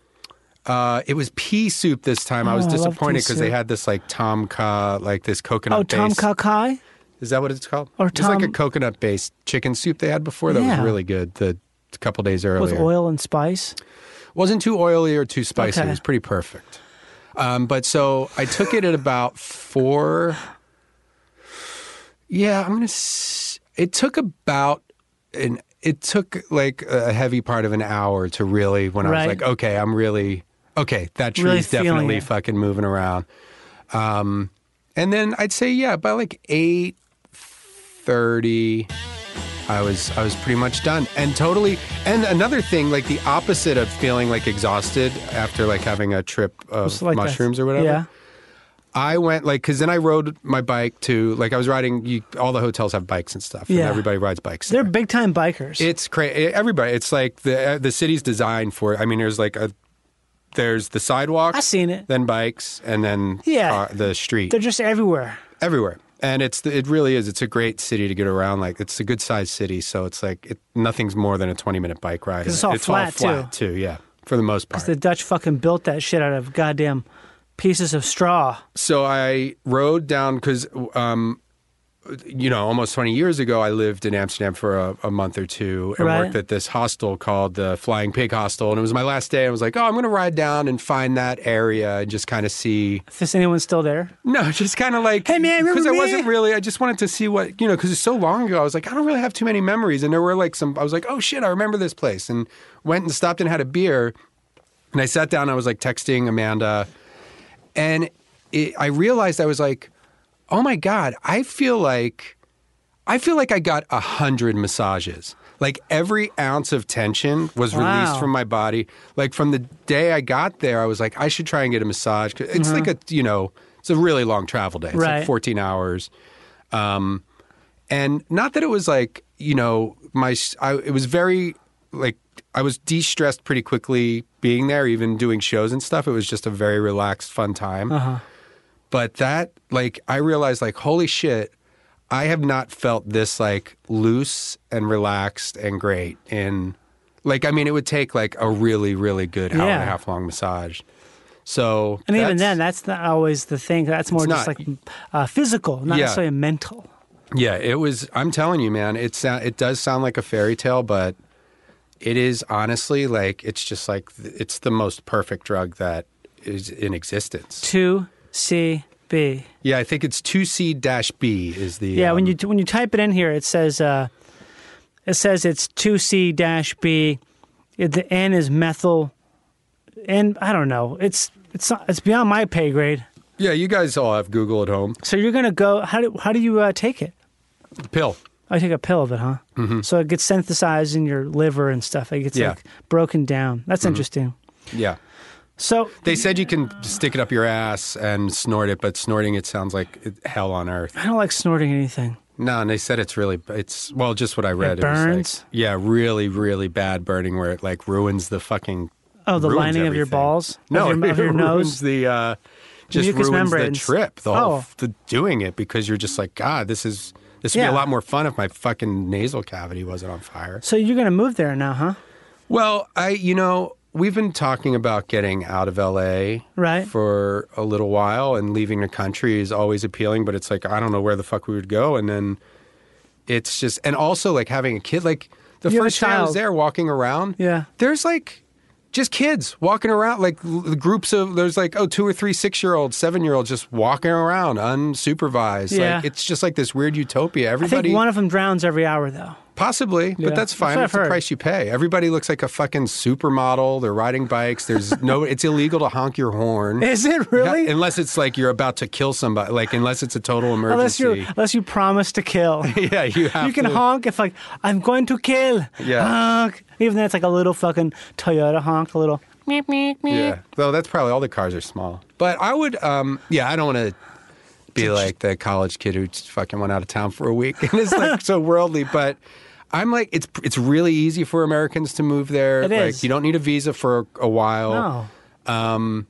Speaker 9: Uh, it was pea soup this time. I
Speaker 3: Oh,
Speaker 9: was
Speaker 3: I love pea
Speaker 9: disappointed because they
Speaker 3: soup.
Speaker 9: had this like tom ka, like this coconut.
Speaker 3: oh, Tom
Speaker 9: base.
Speaker 3: Kakai.
Speaker 9: Is that what it's called?
Speaker 3: Or
Speaker 9: it's like a
Speaker 3: tom-
Speaker 9: coconut based chicken soup they had before that
Speaker 3: Yeah.
Speaker 9: was really good. The a couple days earlier
Speaker 3: with oil and spice.
Speaker 9: wasn't too oily or too spicy.
Speaker 3: Okay.
Speaker 9: It was pretty perfect. Um, but so I took it at about four. Yeah, I'm gonna. S- it took about an. It took like a heavy part of an hour to really when I was
Speaker 3: Right.
Speaker 9: like, okay, I'm really okay. That tree's
Speaker 3: Really feeling
Speaker 9: definitely
Speaker 3: it.
Speaker 9: fucking moving around. Um, and then I'd say yeah, by like eight thirty. I was I was pretty much done and totally and another thing like the opposite of feeling like exhausted after like having a trip of
Speaker 3: It's like that.
Speaker 9: mushrooms or whatever.
Speaker 3: Yeah.
Speaker 9: I went like because then I rode my bike to like I was riding. You, all the hotels have bikes and stuff. and
Speaker 3: Yeah.
Speaker 9: everybody rides bikes.
Speaker 3: They're big time bikers.
Speaker 9: It's crazy. Everybody. It's like the the city's designed for. it. I mean, there's like a there's the sidewalk.
Speaker 3: I seen it.
Speaker 9: Then bikes and then
Speaker 3: Yeah.
Speaker 9: car- the street
Speaker 3: They're just everywhere.
Speaker 9: everywhere. And it's it really is. It's a great city to get around. Like it's a good sized city, so it's like it, nothing's more than a twenty minute bike ride.
Speaker 3: 'Cause it's all flat,
Speaker 9: flat, too. Yeah, for the most part.
Speaker 3: The Dutch fucking built that shit out of goddamn pieces of straw.
Speaker 9: so I rode down because, um, you know, almost 20 years ago, I lived in Amsterdam for a, a month or two and
Speaker 3: Right.
Speaker 9: worked at this hostel called the Flying Pig Hostel. And it was my last day. I was like, oh, I'm going to ride down and find that area and just kind of see.
Speaker 3: If this anyone's still there,
Speaker 9: No, just kind of like,
Speaker 3: Hey, man,
Speaker 9: because I
Speaker 3: remember me?
Speaker 9: wasn't really. I just wanted to see what you know, because it's so long ago. I was like, I don't really have too many memories, and there were like some. I was like, oh shit, I remember this place, and went and stopped and had a beer, and I sat down. I was like texting Amanda, and it, I realized I was like, oh my god, I feel like, I feel like I got a hundred massages. Like every ounce of tension was released
Speaker 3: Wow.
Speaker 9: from my body. Like from the day I got there, I was like, I should try and get a massage. 'Cause It's like a you know, it's a really long travel day. It's like
Speaker 3: Right.
Speaker 9: 14 hours. Um, and not that it was like you know my I, it was very like I was de-stressed pretty quickly being there, even doing shows and stuff. It was just a very relaxed, fun time. But that like I realized like holy shit. I have not felt this like loose and relaxed and great in like I mean it would take like a really really good hour and
Speaker 3: Yeah.
Speaker 9: a half long massage. So
Speaker 3: and even
Speaker 9: that's-
Speaker 3: then, that's not always the thing. That's more
Speaker 9: It's
Speaker 3: just
Speaker 9: not.
Speaker 3: like uh, physical, not
Speaker 9: Yeah.
Speaker 3: necessarily mental.
Speaker 9: Yeah, it was. I'm telling you, man. It sound, it does sound like a fairy tale, but it is honestly like it's just like th- it's the most perfect drug that is in existence.
Speaker 3: Two C B.
Speaker 9: Yeah, I think it's two C dash B is the
Speaker 3: Yeah, when
Speaker 9: um,
Speaker 3: you when you type it in here, it says uh, it says it's two C dash B. The N is methyl, and I don't know. It's it's not, it's beyond my pay grade.
Speaker 9: yeah you guys all have Google at home.
Speaker 3: So you're gonna go. How do how do you uh, take it?
Speaker 9: The pill.
Speaker 3: I take a pill of it, huh? Mm-hmm. So it gets synthesized in your liver and stuff. It gets
Speaker 9: Yeah. Mm-hmm.
Speaker 3: like broken down. That's interesting.
Speaker 9: Yeah,
Speaker 3: So
Speaker 9: they said you can stick it up your ass and snort it, but snorting it sounds like it- hell on earth.
Speaker 3: I don't like snorting anything.
Speaker 9: No, and they said it's really it's well, just what I read. was like-
Speaker 3: burns?
Speaker 9: yeah, really, really bad burning where it like ruins the fucking
Speaker 3: Oh, the
Speaker 9: ruins
Speaker 3: lining of your
Speaker 9: everything.
Speaker 3: balls,
Speaker 9: No,
Speaker 3: of your, of
Speaker 9: it
Speaker 3: your
Speaker 9: ruins
Speaker 3: nose.
Speaker 9: the uh, just
Speaker 3: mucous
Speaker 9: ruins
Speaker 3: membranes.
Speaker 9: the trip, the whole
Speaker 3: Oh.
Speaker 9: f- the doing it because you're just like, God, this is this would be
Speaker 3: Yeah.
Speaker 9: a lot more fun if my fucking nasal cavity wasn't on fire.
Speaker 3: So you're gonna move there now, huh?
Speaker 9: Well, I you know we've been talking about getting out of L.A.
Speaker 3: Right.
Speaker 9: for a little while, and leaving the country is always appealing, but it's like I don't know where the fuck we would go, and then it's just and also like having a kid like the
Speaker 3: You have a
Speaker 9: first day I was
Speaker 3: child.
Speaker 9: there walking around
Speaker 3: Yeah.
Speaker 9: there's like just kids walking around like l- groups of there's like oh two or three six year olds seven year olds just walking around unsupervised
Speaker 3: Yeah.
Speaker 9: like it's just like this weird utopia
Speaker 3: I
Speaker 9: everybody
Speaker 3: think one of them drowns every hour, though.
Speaker 9: possibly
Speaker 3: Yeah.
Speaker 9: but that's
Speaker 3: That's
Speaker 9: fine
Speaker 3: what
Speaker 9: that's
Speaker 3: I've
Speaker 9: the
Speaker 3: heard.
Speaker 9: price you pay everybody looks like a fucking supermodel they're riding bikes there's no it's illegal to honk your horn
Speaker 3: Is it really?
Speaker 9: Yeah, unless it's like you're about to kill somebody like unless it's a total
Speaker 3: unless
Speaker 9: emergency
Speaker 3: you unless you promise to kill.
Speaker 9: yeah you have
Speaker 3: you can
Speaker 9: to
Speaker 3: honk if like I'm going to kill.
Speaker 9: Yeah.
Speaker 3: Honk. Even then, it's like a little fucking Toyota honk, a little.
Speaker 9: Yeah. Though that's probably all the cars are small. But I would, um, yeah, I don't want to be like the college kid who just fucking went out of town for a week and is like so worldly. But I'm like, it's it's really easy for Americans to move there.
Speaker 3: It
Speaker 9: like Oh.
Speaker 3: is.
Speaker 9: you don't need a visa for a while.
Speaker 3: No.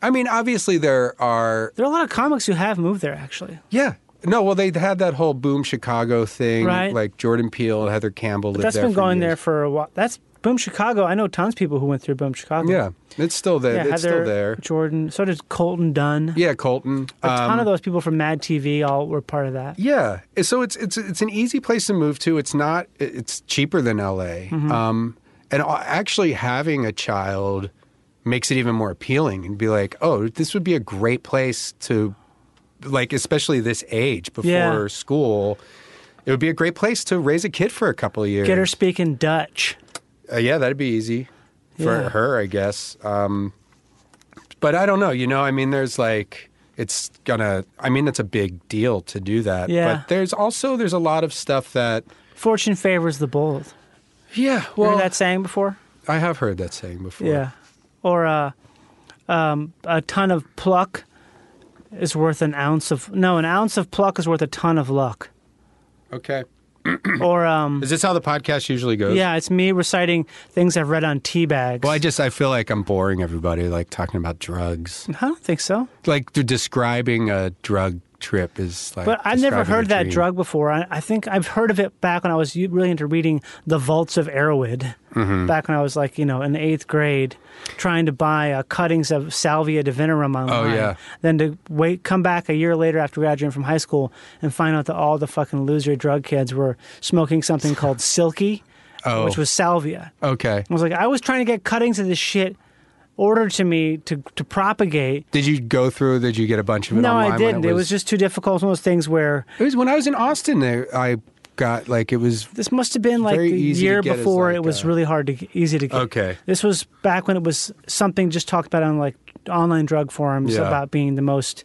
Speaker 9: I mean, obviously there are
Speaker 3: There are a lot of comics who have moved there, actually.
Speaker 9: yeah. No, well, they had that whole boom Chicago thing,
Speaker 3: Right.
Speaker 9: like Jordan Peele and Heather Campbell.
Speaker 3: But
Speaker 9: lived
Speaker 3: that's
Speaker 9: there
Speaker 3: been
Speaker 9: for
Speaker 3: going
Speaker 9: years.
Speaker 3: there for a while. That's Boom Chicago. I know tons of people who went through Boom Chicago.
Speaker 9: Yeah, it's still there.
Speaker 3: Yeah,
Speaker 9: it's still
Speaker 3: Heather,
Speaker 9: there.
Speaker 3: Jordan. So did Colton Dunn.
Speaker 9: Yeah, Colton.
Speaker 3: A ton
Speaker 9: Um,
Speaker 3: of those people from Mad TV all were part of that.
Speaker 9: Yeah, so it's it's it's an easy place to move to. It's not. It's cheaper than L.A.
Speaker 3: Mm-hmm.
Speaker 9: Um, and a- actually, having a child makes it even more appealing. And be like, oh, this would be a great place to, like, especially this age before
Speaker 3: Yeah.
Speaker 9: school. It would be a great place to raise a kid for a couple of years.
Speaker 3: Get her speaking Dutch.
Speaker 9: Uh, yeah, that'd be easy for
Speaker 3: Yeah.
Speaker 9: her, I guess. Um, but I don't know. You know, I mean, there's like it's gonna. I mean, it's a big deal to do that.
Speaker 3: Yeah.
Speaker 9: But there's also there's a lot of stuff that.
Speaker 3: Fortune favors the bold.
Speaker 9: Yeah.
Speaker 3: You
Speaker 9: Well,
Speaker 3: heard that saying before?
Speaker 9: I have heard that saying before.
Speaker 3: Yeah. Or uh, um, a ton of pluck is worth an ounce of no, an ounce of pluck is worth a ton of luck.
Speaker 9: Okay.
Speaker 3: Or um,
Speaker 9: Is this how the podcast usually goes?
Speaker 3: yeah, it's me reciting things I've read on tea bags.
Speaker 9: Well, I just I feel like I'm boring everybody, like talking about drugs.
Speaker 3: I don't think so.
Speaker 9: Like de- describing a drug trip is like.
Speaker 3: But I've never
Speaker 9: describing a
Speaker 3: heard that
Speaker 9: dream.
Speaker 3: drug before. I, I think I've heard of it back when I was u- really into reading The Vaults of Erwood,
Speaker 9: Mm-hmm.
Speaker 3: back when I was like, you know, in eighth grade, trying to buy uh, cuttings of Salvia divinorum online.
Speaker 9: Oh, yeah.
Speaker 3: Then to wait, come back a year later after graduating from high school and find out that all the fucking loser drug kids were smoking something called Silky,
Speaker 9: Oh.
Speaker 3: which was Salvia.
Speaker 9: Okay.
Speaker 3: I was like, I was trying to get cuttings of this shit ordered to me to, to propagate.
Speaker 9: Did you go through? Did you get a bunch of it
Speaker 3: No,
Speaker 9: online?
Speaker 3: I
Speaker 9: when
Speaker 3: didn't. It was... just too difficult. It's One of those things where
Speaker 9: It was when I was in Austin. There, I got like it was.
Speaker 3: this must have been like
Speaker 9: Very
Speaker 3: the
Speaker 9: easy to
Speaker 3: year
Speaker 9: get is
Speaker 3: before
Speaker 9: like,
Speaker 3: it was
Speaker 9: uh,
Speaker 3: really hard to get, easy to get.
Speaker 9: Okay.
Speaker 3: This was back when it was something just talked about on like online drug forums
Speaker 9: Yeah.
Speaker 3: about being the most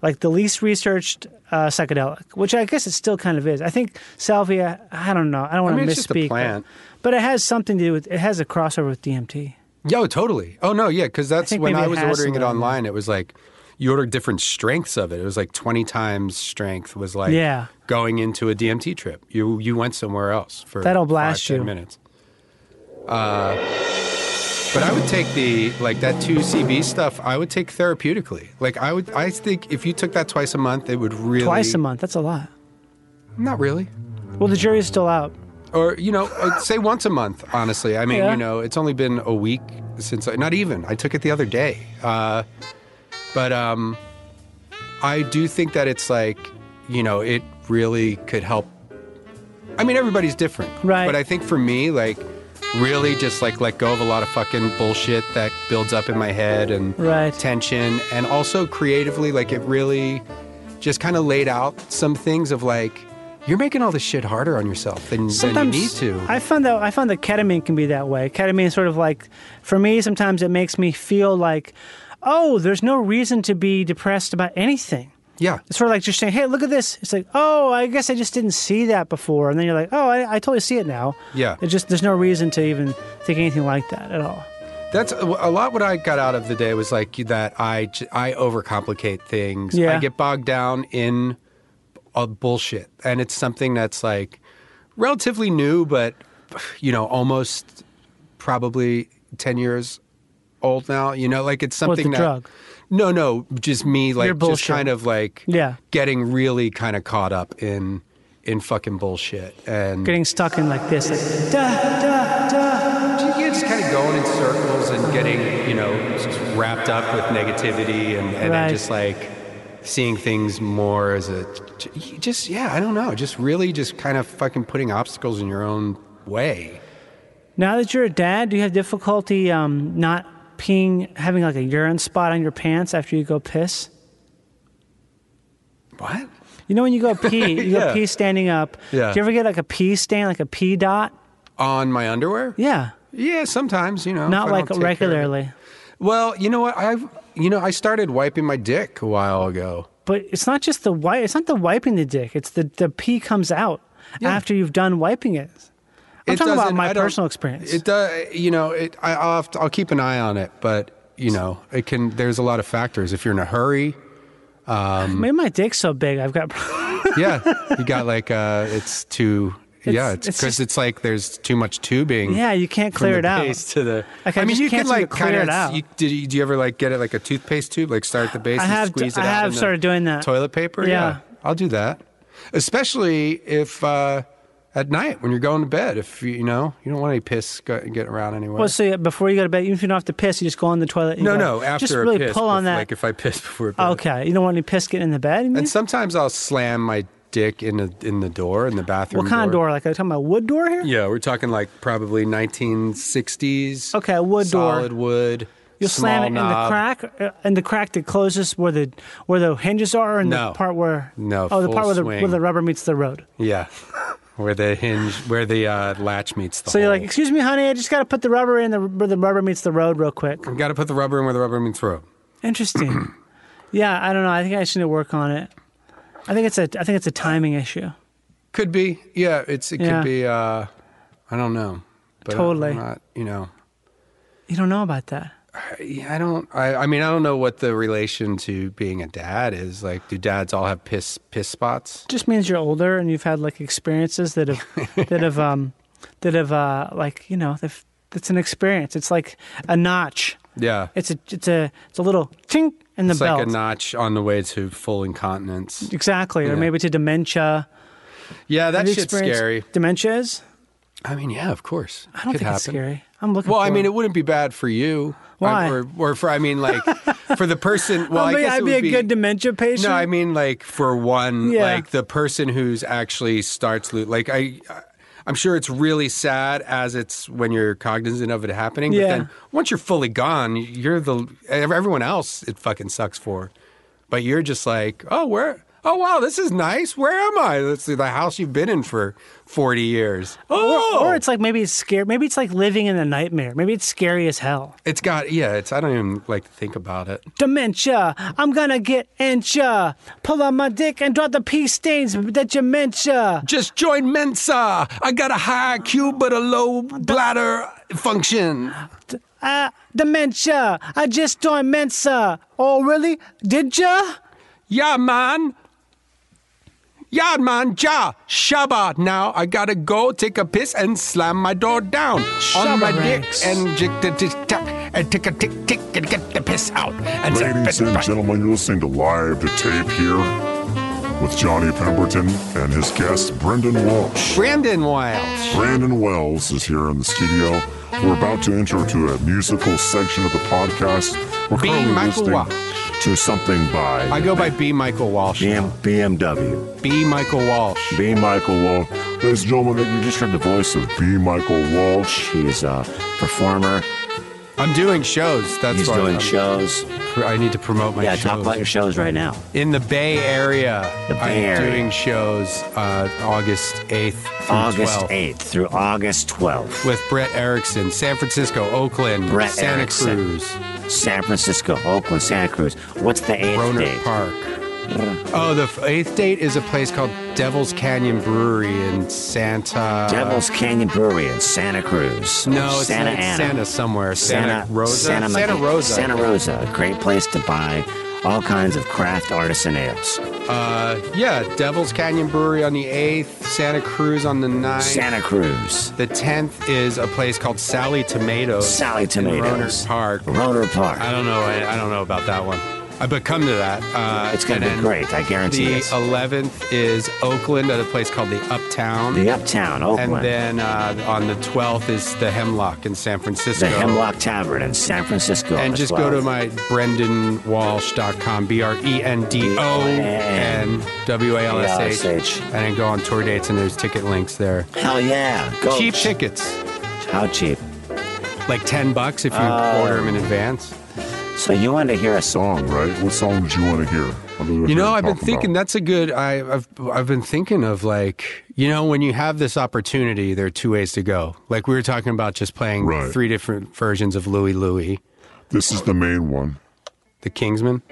Speaker 3: like the least researched uh, psychedelic, which I guess it still kind of is. I think salvia. I don't know. I don't want
Speaker 9: mean,
Speaker 3: to
Speaker 9: it's just a
Speaker 3: misspeak,
Speaker 9: plant.
Speaker 3: But, but it has something to do with. It has a crossover with DMT.
Speaker 9: Yo, totally. Oh no, yeah, because that's
Speaker 3: think
Speaker 9: when
Speaker 3: maybe
Speaker 9: I
Speaker 3: it
Speaker 9: was
Speaker 3: has
Speaker 9: ordering it
Speaker 3: some of them.
Speaker 9: online. It was like you ordered different strengths of it. It was like twenty times strength was like
Speaker 3: Yeah.
Speaker 9: going into a DMT trip. You you went somewhere else for
Speaker 3: That'll blast
Speaker 9: five, 10
Speaker 3: you.
Speaker 9: minutes. Uh, but I would take the like that two CB stuff. I would take therapeutically. Like I would. I think if you took that twice a month, it would really
Speaker 3: Twice a month. That's a lot.
Speaker 9: Not really.
Speaker 3: Well, the jury's still out.
Speaker 9: or you know I'd say once a month honestly i mean
Speaker 3: Yeah.
Speaker 9: you know it's only been a week since I, not even i took it the other day uh, but um, i do think that it's like you know it really could help i mean everybody's different
Speaker 3: Right.
Speaker 9: but i think for me like really just like let go of a lot of fucking bullshit that builds up in my head and
Speaker 3: Right.
Speaker 9: tension and also creatively like it really just kind of laid out some things of like you're making all this shit harder on yourself than, than you need to.
Speaker 3: I found that I found that ketamine can be that way. Ketamine is sort of like, for me, sometimes it makes me feel like, oh, there's no reason to be depressed about anything.
Speaker 9: yeah.
Speaker 3: It's sort of like just saying, hey, look at this. It's like, oh, I guess I just didn't see that before, and then you're like, oh, I, I totally see it now.
Speaker 9: Yeah.
Speaker 3: It just there's no reason to even think anything like that at all.
Speaker 9: That's a lot what I got out of the day was like that I, j- I overcomplicate things.
Speaker 3: Yeah.
Speaker 9: I get bogged down in a bullshit. And it's something that's like relatively new, but you know, almost probably 10 years old now. You know, like it's
Speaker 3: What, the
Speaker 9: something that.
Speaker 3: drug?
Speaker 9: No, no, just me
Speaker 3: Your
Speaker 9: like just
Speaker 3: bullshit.
Speaker 9: kind of like
Speaker 3: Yeah.
Speaker 9: getting really kind of caught up in in fucking bullshit and
Speaker 3: Getting stuck in like this, like, duh, duh, duh.
Speaker 9: yeah, just kind of going in circles and getting, you know, just wrapped up with negativity and, and
Speaker 3: Right.
Speaker 9: then just like seeing things more as a just, yeah, I don't know. Just really just kind of fucking putting obstacles in your own way.
Speaker 3: Now that you're a dad, do you have difficulty um, not peeing, having like a urine spot on your pants after you go piss?
Speaker 9: What?
Speaker 3: You know when you go pee, you go
Speaker 9: Yeah.
Speaker 3: pee standing up.
Speaker 9: Yeah.
Speaker 3: Do you ever get like a pee stain, like a pee dot?
Speaker 9: On my underwear?
Speaker 3: Yeah.
Speaker 9: Yeah, sometimes, you know.
Speaker 3: Not
Speaker 9: if Oh, I
Speaker 3: like
Speaker 9: don't take care of it.
Speaker 3: regularly,
Speaker 9: Well, you know what? I've, you know, I started wiping my dick a while ago.
Speaker 3: but it's not just the wipe. It's not the wiping the dick. It's the the pee comes out after you've done wiping it. I'm talking about
Speaker 9: doesn't-
Speaker 3: my
Speaker 9: I don't-
Speaker 3: personal experience.
Speaker 9: It does, you know. It, I, I'll, have to- I'll keep an eye on it, but you know, it can. There's a lot of factors. If you're in a hurry,
Speaker 3: Maybe my dick's so big, I've got.
Speaker 9: yeah, you got like uh, it's too. yeah, it's
Speaker 3: it's
Speaker 9: because it's, like there's too much tubing.
Speaker 3: Yeah, you can't
Speaker 9: from
Speaker 3: clear
Speaker 9: the
Speaker 3: it out.
Speaker 9: base to the.
Speaker 3: Like, I just can't
Speaker 9: could,
Speaker 3: seem to clear
Speaker 9: kinda-
Speaker 3: it out.
Speaker 9: You, did you, do you ever like get it like a toothpaste tube, like start at the base
Speaker 3: I
Speaker 9: and
Speaker 3: have-
Speaker 9: squeeze it
Speaker 3: I
Speaker 9: out?
Speaker 3: have
Speaker 9: in the
Speaker 3: started doing that.
Speaker 9: Toilet paper.
Speaker 3: Yeah.
Speaker 9: I'll do that. Especially if uh, at night when you're going to bed, if you, you know you don't want any piss go- getting around anywhere.
Speaker 3: Well, so yeah, before you go to bed, even if you don't have to piss, you just go on the toilet. and
Speaker 9: no,
Speaker 3: you go-
Speaker 9: no. After
Speaker 3: just
Speaker 9: a
Speaker 3: really
Speaker 9: piss,
Speaker 3: pull on
Speaker 9: bef-
Speaker 3: that.
Speaker 9: Like if I piss before bed.
Speaker 3: okay, you don't want any piss getting in the bed. you mean?
Speaker 9: And sometimes I'll slam my dick in the in the door in the bathroom.
Speaker 3: What kind of door? Like are you talking about wood door here?
Speaker 9: Yeah, we're talking like probably 1960s.
Speaker 3: Okay, a wood door.
Speaker 9: solid wood.
Speaker 3: You'll slam
Speaker 9: small
Speaker 3: it
Speaker 9: knob.
Speaker 3: in the crack, uh, in the crack that closes where the where the hinges are, and
Speaker 9: No.
Speaker 3: the part where
Speaker 9: No,
Speaker 3: oh the
Speaker 9: full
Speaker 3: part where the,
Speaker 9: swing.
Speaker 3: where the rubber meets the road.
Speaker 9: Yeah, where the hinge, where the uh, latch meets the.
Speaker 3: So you're
Speaker 9: hole.
Speaker 3: like, excuse me, honey, I just got to put the rubber in the where the rubber meets the road real quick.
Speaker 9: you got to put the rubber in where the rubber meets the road.
Speaker 3: Interesting. yeah, I don't know. I think I just need to work on it. I think it's a I think it's a timing issue.
Speaker 9: Could be, yeah. It's it
Speaker 3: Yeah.
Speaker 9: could be. Uh, I don't know. But I'm
Speaker 3: Totally.
Speaker 9: not, you know,
Speaker 3: You don't know about that.
Speaker 9: I I don't. I, I mean, I don't know what the relation to being a dad is. Like, do dads all have piss piss spots?
Speaker 3: just means you're older and you've had like experiences that have that have um that have uh like you know they've- it's an experience it's like a notch
Speaker 9: Yeah.
Speaker 3: it's a it's a it's a little tink in the
Speaker 9: it's
Speaker 3: belt
Speaker 9: like a notch on the way to full incontinence.
Speaker 3: exactly
Speaker 9: Yeah.
Speaker 3: or maybe to dementia
Speaker 9: Yeah, that
Speaker 3: Have you
Speaker 9: shit's
Speaker 3: experienced
Speaker 9: scary.
Speaker 3: dementia is
Speaker 9: I mean, yeah, of course.
Speaker 3: i don't
Speaker 9: Could
Speaker 3: think it's
Speaker 9: happen.
Speaker 3: scary i'm looking
Speaker 9: Well,
Speaker 3: for
Speaker 9: I mean,
Speaker 3: it.
Speaker 9: it wouldn't be bad for you.
Speaker 3: Why?
Speaker 9: I- Or, or for I mean, like for the person. Well,
Speaker 3: I'd
Speaker 9: I
Speaker 3: be,
Speaker 9: guess it
Speaker 3: I'd be
Speaker 9: would
Speaker 3: a good dementia patient
Speaker 9: No, I mean, like for one,
Speaker 3: Yeah.
Speaker 9: like the person who's actually starts lo- like I. I'm sure it's really sad as it's when you're cognizant of it happening. But
Speaker 3: Yeah.
Speaker 9: then once you're fully gone, you're the ev- everyone else. It fucking sucks for, but you're just like, oh, where? Oh, wow, this is nice. Where am I? This is the house you've been in for 40 years. Oh,
Speaker 3: or it's like maybe it's scary maybe it's like living in a nightmare maybe it's scary as hell
Speaker 9: It's got yeah. It's I don't even like to think about it.
Speaker 3: dementia. I'm gonna get incha. Pull out my dick and draw the pee stains that you mentia.
Speaker 9: Just join Mensa. I got a high IQ but a low bladder function.
Speaker 3: Uh, dementia. I just joined Mensa. Oh, really? Did ya?
Speaker 9: Yeah, man. Yeah, man. Ja. Shabba. Now I gotta go take a piss and slam my door down on my
Speaker 3: Shabaranks.
Speaker 9: dick and jick tick tick tack and take a tick tick and get the piss out and zip
Speaker 5: Ladies
Speaker 9: it
Speaker 5: and
Speaker 9: back.
Speaker 5: gentlemen, you're listening to Live to Tape here with Johnny Pemberton and his guest, Brendan Walsh.
Speaker 9: Brandon Wiles.
Speaker 5: Brandon Wells is here in the studio. We're about to enter to a musical section of the podcast. We're
Speaker 9: Be
Speaker 5: currently
Speaker 9: Michael
Speaker 5: listening
Speaker 9: Walsh.
Speaker 5: to something by
Speaker 9: I go by B. Michael Walsh.
Speaker 5: BM- BMW.
Speaker 9: B. Michael Walsh.
Speaker 5: B. Michael Walsh. Ladies and gentlemen, you just heard the voice of B. Michael Walsh. uh, He's a performer.
Speaker 9: I'm doing shows. That's
Speaker 11: He's
Speaker 9: why
Speaker 11: doing
Speaker 9: I'm-
Speaker 11: shows.
Speaker 9: I need to promote my
Speaker 11: yeah,
Speaker 9: shows.
Speaker 11: talk about your shows right now.
Speaker 9: In the Bay Area,
Speaker 11: The Bay
Speaker 9: I'm
Speaker 11: Area.
Speaker 9: doing shows uh, August 8th through
Speaker 11: August
Speaker 9: 12th
Speaker 11: 8th through August 12th.
Speaker 9: with Brett Erickson, San Francisco, Oakland,
Speaker 11: Brett
Speaker 9: Santa
Speaker 11: Erickson.
Speaker 9: Cruz,
Speaker 11: San Francisco, Oakland, Santa Cruz. What's the 8th
Speaker 9: Roner
Speaker 11: date?
Speaker 9: Park. Oh, the f- eighth date is a place called Devil's Canyon Brewery in Santa.
Speaker 11: Devil's Canyon Brewery in Santa Cruz.
Speaker 9: uh, No, it's
Speaker 11: Santa
Speaker 9: it's
Speaker 11: Ana.
Speaker 9: Santa somewhere. Santa,
Speaker 11: Santa
Speaker 9: Rosa.
Speaker 11: Santa,
Speaker 9: Santa
Speaker 11: Maria-
Speaker 9: Rosa.
Speaker 11: Santa Rosa, a great place to buy all kinds of craft artisan ales.
Speaker 9: Uh, yeah, Devil's Canyon Brewery on the eighth, Santa Cruz on the 9th.
Speaker 11: Santa Cruz,
Speaker 9: the tenth is a place called Sally Tomatoes.
Speaker 11: Sally
Speaker 9: In
Speaker 11: Tomatoes,
Speaker 9: Roner Park.
Speaker 11: Roner Park.
Speaker 9: I don't know. I, I don't know about that one. Uh, but come to that. Uh,
Speaker 11: It's
Speaker 9: and
Speaker 11: gonna be
Speaker 9: then
Speaker 11: great, I guarantee
Speaker 9: The
Speaker 11: it.
Speaker 9: 11th is Oakland at a place called the Uptown.
Speaker 11: the Uptown, Oakland.
Speaker 9: and then uh, on the 12th is the Hemlock in San Francisco.
Speaker 11: the Hemlock Tavern in San Francisco. on
Speaker 9: And
Speaker 11: the
Speaker 9: just go to
Speaker 11: 12th.
Speaker 9: my brendanwalsh.com, B R E N D O N W A L S H.
Speaker 11: B-R-E-N-D-O-N-W-A-L-S-H.
Speaker 9: And then go on tour dates, and there's ticket links there.
Speaker 11: Hell yeah. Go.
Speaker 9: Cheap tickets,
Speaker 11: How cheap?
Speaker 9: like 10 bucks if you
Speaker 11: Uh,
Speaker 9: order them in advance.
Speaker 11: So you want to hear a song?
Speaker 5: Song, right? What song did you want to hear? What do
Speaker 9: You know, I've been
Speaker 5: talk
Speaker 9: thinking
Speaker 5: about?
Speaker 9: that's a good. I, I've I've been thinking of like you know when you have this opportunity, there are two ways to go. Like we were talking about, just playing
Speaker 5: Right.
Speaker 9: three different versions of Louie Louie,
Speaker 5: This is the main one.
Speaker 9: the Kingsman.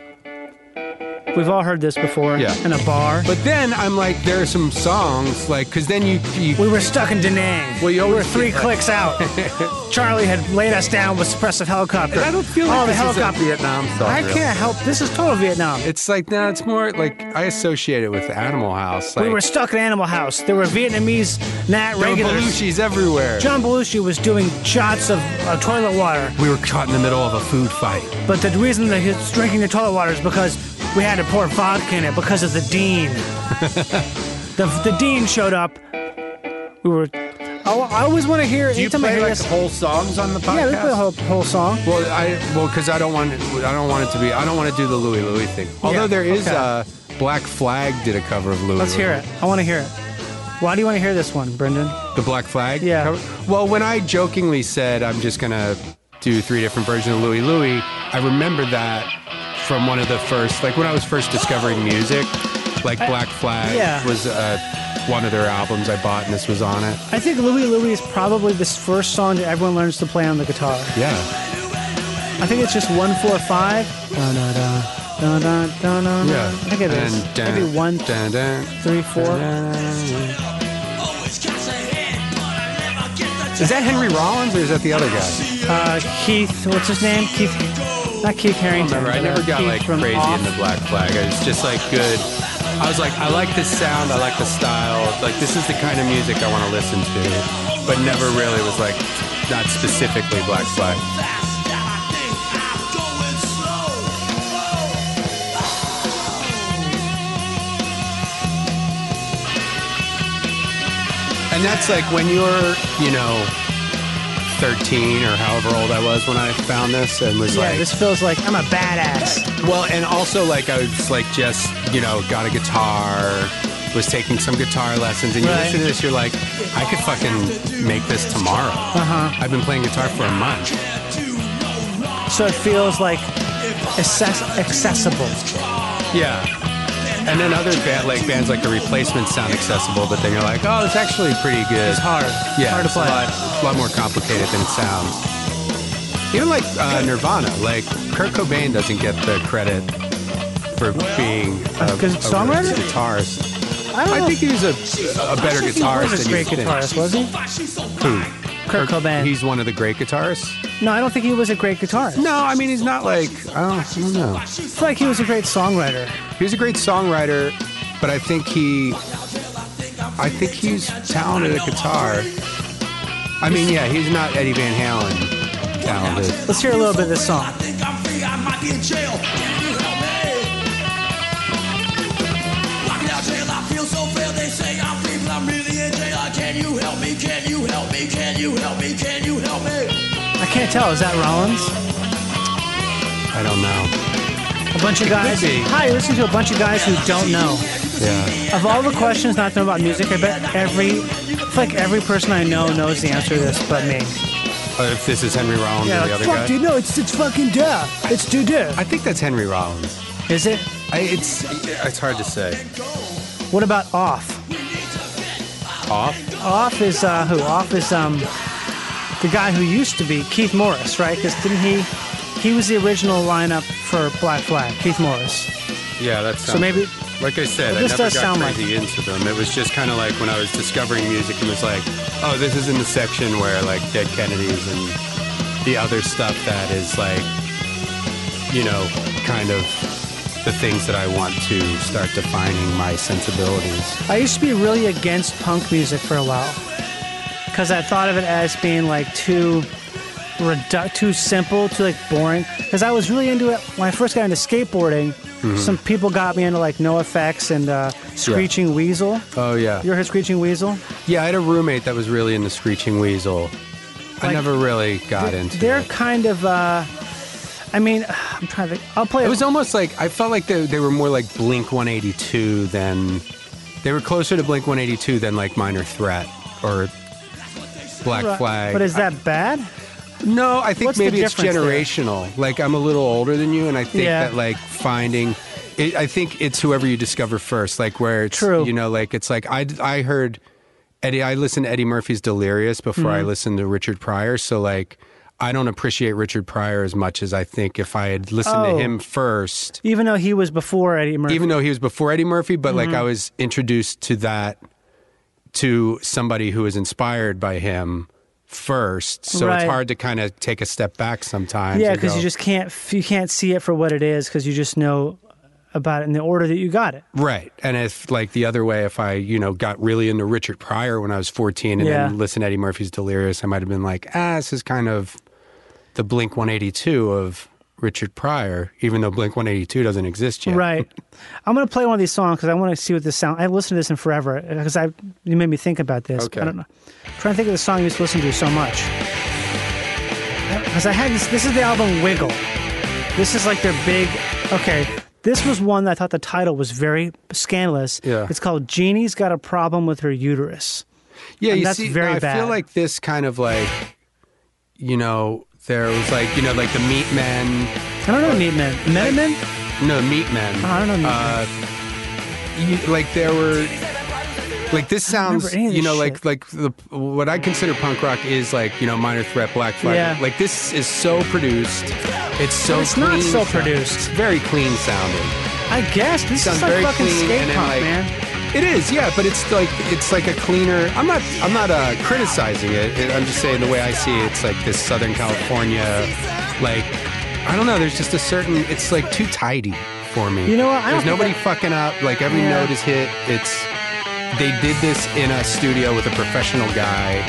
Speaker 3: We've all heard this before.
Speaker 9: Yeah.
Speaker 3: In a bar.
Speaker 9: But then I'm like, there are some songs like, because then you, you
Speaker 3: we were stuck in Da Nang.
Speaker 9: Well, you
Speaker 3: We were
Speaker 9: always
Speaker 3: three
Speaker 9: get that.
Speaker 3: clicks out. Charlie had laid us down with suppressive helicopter.
Speaker 9: I don't feel like
Speaker 3: oh, the
Speaker 9: this is a
Speaker 3: helicopter.
Speaker 9: Vietnam song,
Speaker 3: I
Speaker 9: really.
Speaker 3: can't help. This is total Vietnam.
Speaker 9: It's like no, it's more like I associate it with Animal House. Like,
Speaker 3: we were stuck in Animal House. There were Vietnamese Nat
Speaker 9: John
Speaker 3: regulars.
Speaker 9: Belushi's everywhere.
Speaker 3: John Belushi was doing shots of uh, toilet water.
Speaker 9: we were caught in the middle of a food fight.
Speaker 3: But the reason that he's drinking the toilet water is because we had to pour vodka in it because of the dean. the, the dean showed up. We were. I, I always want to hear.
Speaker 9: Do you
Speaker 3: anytime I
Speaker 9: play
Speaker 3: hear
Speaker 9: like
Speaker 3: this-
Speaker 9: whole songs on the podcast?
Speaker 3: Yeah, we play a whole, whole song.
Speaker 9: Well, I well because I don't want it, I don't want it to be I don't want to do the Louis Louis thing. Although
Speaker 3: Yeah,
Speaker 9: there is
Speaker 3: okay.
Speaker 9: uh, Black Flag did a cover of Louis.
Speaker 3: Let's hear it. I want to hear it. Why do you want to hear this one, Brendan?
Speaker 9: The Black Flag.
Speaker 3: Yeah.
Speaker 9: cover? Well, when I jokingly said I'm just gonna do three different versions of Louis Louis, I remember that from one of the first like when I was first discovering music, like
Speaker 3: I-
Speaker 9: Black Flag
Speaker 3: Yeah.
Speaker 9: was uh, one of their albums I bought and this was on it.
Speaker 3: I think Louie Louie is probably the first song that everyone learns to play on the guitar.
Speaker 9: Yeah.
Speaker 3: I think it's just one, four, five. Dun, dun, dun, dun, dun, dun, dun.
Speaker 9: Yeah.
Speaker 3: I think it is.
Speaker 9: And dun,
Speaker 3: Maybe one,
Speaker 9: dun, dun,
Speaker 3: three, four.
Speaker 9: Is that Henry Rollins or is that the other guy?
Speaker 3: Uh, Keith, what's his name? Keith, not Keith Harrington.
Speaker 9: Remember, I
Speaker 3: but, uh,
Speaker 9: never got
Speaker 3: Keith
Speaker 9: like
Speaker 3: from
Speaker 9: crazy
Speaker 3: Off.
Speaker 9: in the Black Flag. I was just like good. I was like, I like the sound, I like the style. Like this is the kind of music I want to listen to, but never really was like not specifically Black Flag. And that's like when you're, you know, 13 or however old I was when I found this and was
Speaker 3: Yeah,
Speaker 9: like,
Speaker 3: this feels like I'm a badass.
Speaker 9: Well, and also like I was like just you know got a guitar, was taking some guitar lessons, and you
Speaker 3: Right.
Speaker 9: listen to this, you're like, I could fucking make this tomorrow.
Speaker 3: Uh huh.
Speaker 9: I've been playing guitar for a month.
Speaker 3: So it feels like access- accessible.
Speaker 9: Yeah. And then other band, like bands like the replacements sound accessible, but then you're like, oh, it's actually pretty good.
Speaker 3: It's hard.
Speaker 9: Yeah,
Speaker 3: hard to
Speaker 9: it's a
Speaker 3: play.
Speaker 9: lot, a lot more complicated than it sounds. Even like uh, Nirvana, like Kurt Cobain doesn't get the credit for being a,
Speaker 3: A good
Speaker 9: a
Speaker 3: songwriter?
Speaker 9: really good guitarist.
Speaker 3: I don't know.
Speaker 9: I think he was a, a better
Speaker 3: I think he was
Speaker 9: guitarist
Speaker 3: a
Speaker 9: than
Speaker 3: great
Speaker 9: you think.
Speaker 3: guitarist, was he?
Speaker 9: Who?
Speaker 3: Kurt Cobain.
Speaker 9: He's one of the great guitarists.
Speaker 3: No, I don't think he was a great guitarist.
Speaker 9: No, I mean he's not like I don't, I don't know.
Speaker 3: I feel like he was a great songwriter.
Speaker 9: He was a great songwriter, but I think he, I think he's talented at guitar. I mean, yeah, he's not Eddie Van Halen talented.
Speaker 3: Let's hear a little bit of this song. I can't tell. Is that Rollins?
Speaker 9: I don't know.
Speaker 3: A bunch of guys.
Speaker 9: be.
Speaker 3: Hi, you're listening to a bunch of guys who don't know.
Speaker 9: Yeah.
Speaker 3: Of all the questions not to know about music, I bet every, I feel like every person I know knows the answer to this, but me.
Speaker 9: Or if this is Henry Rollins
Speaker 3: Yeah,
Speaker 9: or
Speaker 3: like,
Speaker 9: the other
Speaker 3: fuck,
Speaker 9: guy.
Speaker 3: dude, no, it's it's fucking duh. It's do do.
Speaker 9: I think that's Henry Rollins.
Speaker 3: Is it?
Speaker 9: I, it's it's hard to say.
Speaker 3: What about off?
Speaker 9: Off.
Speaker 3: Off is uh, who? Off is um, the guy who used to be Keith Morris, right? Because didn't he? He was the original lineup for Black Flag, Keith Morris.
Speaker 9: Yeah, that's
Speaker 3: So maybe
Speaker 9: Like I said,
Speaker 3: But
Speaker 9: I
Speaker 3: this
Speaker 9: never
Speaker 3: does
Speaker 9: got
Speaker 3: sound like-
Speaker 9: crazy into them. It was just kind of like when I was discovering music and was like, oh, this is in the section where like Dead Kennedys and the other stuff that is like, you know, kind of the things that I want to start defining my sensibilities.
Speaker 3: I used to be really against punk music for a while because I thought of it as being like too redu- too simple, too like boring. Because I was really into it when I first got into skateboarding.
Speaker 9: Mm-hmm.
Speaker 3: Some people got me into like No Effects and uh, Screeching Weasel.
Speaker 9: Oh yeah,
Speaker 3: You ever heard Screeching Weasel?
Speaker 9: yeah. I had a roommate that was really into Screeching Weasel. I
Speaker 3: Like,
Speaker 9: never really got into.
Speaker 3: They're
Speaker 9: it.
Speaker 3: kind of. Uh, I mean, I'm trying to. Think. I'll play.
Speaker 9: It
Speaker 3: a-
Speaker 9: was almost like I felt like they, they were more like Blink 182 than they were closer to Blink 182 than like Minor Threat or Black Flag.
Speaker 3: But is that bad?
Speaker 9: no? I think
Speaker 3: what's the
Speaker 9: maybe it's
Speaker 3: difference there?
Speaker 9: generational. Like I'm a little older than you, and I think
Speaker 3: Yeah.
Speaker 9: that like finding. It, I think it's whoever you discover first, like where it's
Speaker 3: True.
Speaker 9: you know, like it's like I I
Speaker 3: Mm-hmm.
Speaker 9: heard Eddie. I listened to Eddie Murphy's Delirious before I listened to Richard Pryor, so like. I don't appreciate Richard Pryor as much as I think if I had listened
Speaker 3: Oh.
Speaker 9: to him first,
Speaker 3: Even though he was before Eddie Murphy.
Speaker 9: even though he was before Eddie Murphy, but like
Speaker 3: Mhm.
Speaker 9: I was introduced to that to somebody who was inspired by him first. So it's
Speaker 3: Right.
Speaker 9: hard to kind of take a step back sometimes.
Speaker 3: yeah,
Speaker 9: and
Speaker 3: because you
Speaker 9: go-
Speaker 3: just can't f- you can't see it for what it is because you just know about it in the order that you got it.
Speaker 9: Right. And if, like, the other way, if I, you know, got really into Richard Pryor when I was 14 and
Speaker 3: Yeah.
Speaker 9: then listened to Eddie Murphy's Delirious, I might have been like, ah, this is kind of the Blink 182 of Richard Pryor, even though Blink 182 doesn't exist yet.
Speaker 3: Right. I'm gonna play one of these songs because I want to see what this sound. I listened to this in forever because I you made me think about this.
Speaker 9: Okay.
Speaker 3: I don't know. I'm trying to think of the song you used to listen to so much. Because I had this. This is the album Wiggle. This is like their big. Okay. This was one that I thought the title was very scandalous.
Speaker 9: Yeah.
Speaker 3: It's called Jeannie's Got a Problem with Her Uterus.
Speaker 9: Yeah,
Speaker 3: And
Speaker 9: you
Speaker 3: that's
Speaker 9: see,
Speaker 3: very
Speaker 9: I
Speaker 3: bad.
Speaker 9: feel like this kind of like, you know, there was like, you know, like the Meat Men.
Speaker 3: I don't know Meat Men. Metamen?
Speaker 9: no, Meat Men.
Speaker 3: Oh, I don't know Meat
Speaker 9: uh, you, like there were, like this sounds,
Speaker 3: any of
Speaker 9: you
Speaker 3: this
Speaker 9: know, like like the what I consider punk rock is like you know Minor Threat, Black Flag.
Speaker 3: Yeah.
Speaker 9: Like this is so produced. It's so.
Speaker 3: But it's not
Speaker 9: clean
Speaker 3: so
Speaker 9: sound-
Speaker 3: produced.
Speaker 9: It's very clean sounding.
Speaker 3: I guess this
Speaker 9: sounds
Speaker 3: is like
Speaker 9: very
Speaker 3: fucking
Speaker 9: clean
Speaker 3: skate
Speaker 9: and then,
Speaker 3: punk,
Speaker 9: like,
Speaker 3: man.
Speaker 9: It is, yeah, but it's like it's like a cleaner. I'm not I'm not uh, criticizing it. it. I'm just saying the way I see it, it's like this Southern California, like I don't know. There's just a certain. It's like too tidy for me.
Speaker 3: You know what? I
Speaker 9: There's
Speaker 3: don't think
Speaker 9: nobody fucking up. Like every
Speaker 3: Yeah.
Speaker 9: note is hit. It's they did this in a studio with a professional guy.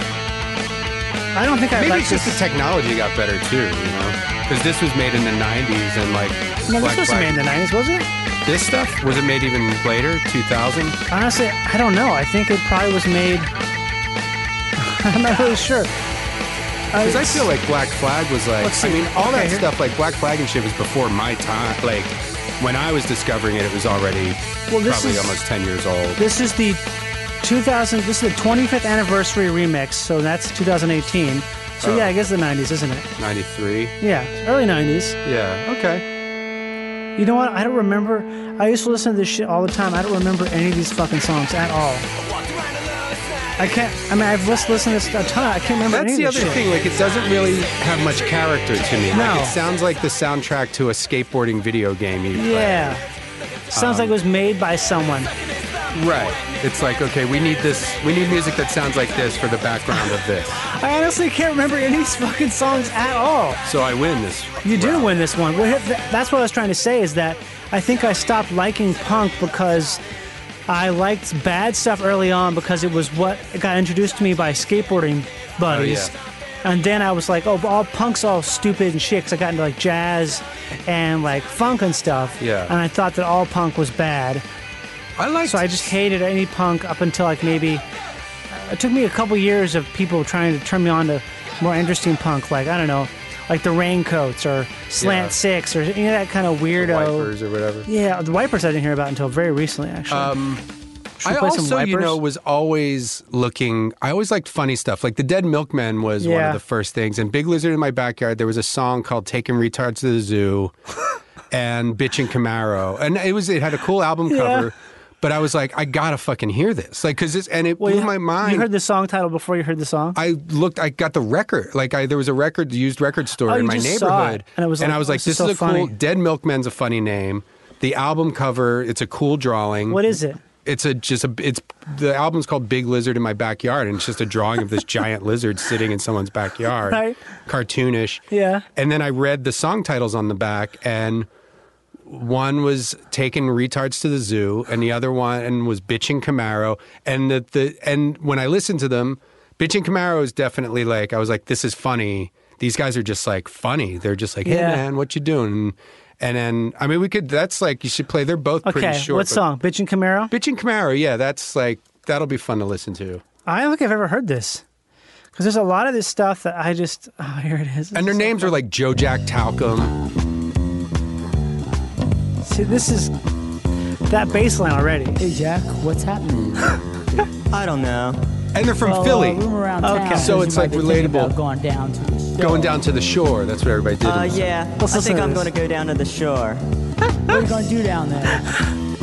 Speaker 3: I don't think I
Speaker 9: Maybe
Speaker 3: like
Speaker 9: it's just the technology got better too. You know, because this was made in the '90s and like
Speaker 3: No,
Speaker 9: Black
Speaker 3: this wasn't made
Speaker 9: Flag-
Speaker 3: in the 90s, was it?
Speaker 9: This stuff was it made even later, 2000?
Speaker 3: Honestly, I don't know. I think it probably was made. I'm not really sure.
Speaker 9: Because I feel like Black Flag was like,
Speaker 3: Let's see.
Speaker 9: I mean, all
Speaker 3: Okay,
Speaker 9: that
Speaker 3: here-
Speaker 9: stuff, like Black Flag and shit, was before my time. Like, when I was discovering it, it was already
Speaker 3: Well, this
Speaker 9: probably
Speaker 3: is-
Speaker 9: almost 10 years old.
Speaker 3: this is the 2000. This is the 25th anniversary remix, so that's 2018. So
Speaker 9: Oh.
Speaker 3: yeah, I guess the 90s, isn't it?
Speaker 9: 93?
Speaker 3: Yeah, early 90s.
Speaker 9: Yeah, okay.
Speaker 3: You know what? I don't remember. I used to listen to this shit all the time. I don't remember any of these fucking songs at all. I can't. I mean, I've just listened to this a ton. I can't remember
Speaker 9: That's the
Speaker 3: any of
Speaker 9: other
Speaker 3: this shit.
Speaker 9: thing. Like, it doesn't really have much character to me.
Speaker 3: No.
Speaker 9: Like, it sounds like the soundtrack to a skateboarding video game you play.
Speaker 3: Yeah. Sounds
Speaker 9: Um,
Speaker 3: like it was made by someone.
Speaker 9: Right. It's like, okay, we need this, we need music that sounds like this for the background of this.
Speaker 3: I honestly can't remember any of these fucking songs at all.
Speaker 9: So I win this.
Speaker 3: You do win this one. Well, th- That's what I was trying to say is that I think I stopped liking punk because I liked bad stuff early on because it was what got introduced to me by skateboarding buddies.
Speaker 4: yeah.
Speaker 3: And then I was like, oh, all punk's all stupid and shit because I got into like jazz and like funk and stuff.
Speaker 9: Yeah.
Speaker 3: And I thought that all punk was bad.
Speaker 9: I like.
Speaker 3: So I just hated any punk up until like maybe. uh, It took me a couple years of people trying to turn me on to more interesting punk, like I don't know, like the Raincoats or Slant
Speaker 9: Yeah.
Speaker 3: Six or any of that kind of weirdo.
Speaker 9: Wipers or whatever.
Speaker 3: Yeah, the Wipers I didn't hear about until very recently, actually.
Speaker 9: Um,
Speaker 3: Should we
Speaker 9: I
Speaker 3: play some
Speaker 9: also, you
Speaker 3: Wipers?
Speaker 9: know, was always looking. I always liked funny stuff. Like the Dead Milkmen was one
Speaker 3: Yeah.
Speaker 9: of the first things, and Big Lizard in my backyard. There was a song called "Taking Retards to the Zoo," and "Bitch and Camaro," and it was it had a cool album
Speaker 3: Yeah.
Speaker 9: cover. But I was like, I gotta fucking hear this, like, cause this, and it blew my mind.
Speaker 3: You heard the song title before you heard the song.
Speaker 9: I looked. I got the record. Like I, there was a record used record store
Speaker 3: Oh,
Speaker 9: in
Speaker 3: you
Speaker 9: my
Speaker 3: just saw
Speaker 9: neighborhood,
Speaker 3: it, and it was like,
Speaker 9: I was like,
Speaker 3: this
Speaker 9: "This,
Speaker 3: is so
Speaker 9: is a cool."
Speaker 3: funny.
Speaker 9: Dead Milkman's a funny name. The album cover, it's a cool drawing.
Speaker 3: What is it?
Speaker 9: It's a just a it's the album's called Big Lizard in My Backyard, and it's just a drawing of this giant lizard sitting in someone's backyard,
Speaker 3: Right.
Speaker 9: cartoonish.
Speaker 3: Yeah.
Speaker 9: And then I read the song titles on the back, and one was taking retards to the zoo, and the other one was bitching Camaro. And the, the and when I listened to them, bitching Camaro is definitely like I was like, this is funny. These guys are just like funny. They're just like, hey
Speaker 3: Yeah.
Speaker 9: man, what you doing? And then I mean, we could. That's like you should play. They're both
Speaker 3: okay,
Speaker 9: pretty short.
Speaker 3: what
Speaker 9: but-
Speaker 3: song? Bitch and Camaro.
Speaker 9: Bitchin' Camaro, yeah, that's like that'll be fun to listen to.
Speaker 3: I don't think I've ever heard this because there's a lot of this stuff that I just. Oh, here it is.
Speaker 9: And their names are like Joe Jack Talcum.
Speaker 3: See, this is that bass line already. Hey Jack, what's happening?
Speaker 12: I don't know.
Speaker 9: And they're from
Speaker 13: Oh,
Speaker 12: Well, uh,
Speaker 9: Philly.
Speaker 12: rumor around town
Speaker 9: Okay.
Speaker 12: is
Speaker 9: So
Speaker 12: you
Speaker 9: it's
Speaker 12: might
Speaker 9: like
Speaker 12: be thinking
Speaker 9: relatable.
Speaker 12: about Going down to the shore.
Speaker 9: Going down to the shore, that's what everybody did.
Speaker 12: Uh,
Speaker 9: in-
Speaker 12: yeah. I
Speaker 3: listen
Speaker 12: think
Speaker 3: to
Speaker 12: I'm
Speaker 3: this.
Speaker 12: going to go down to the shore. what are you going to do down there?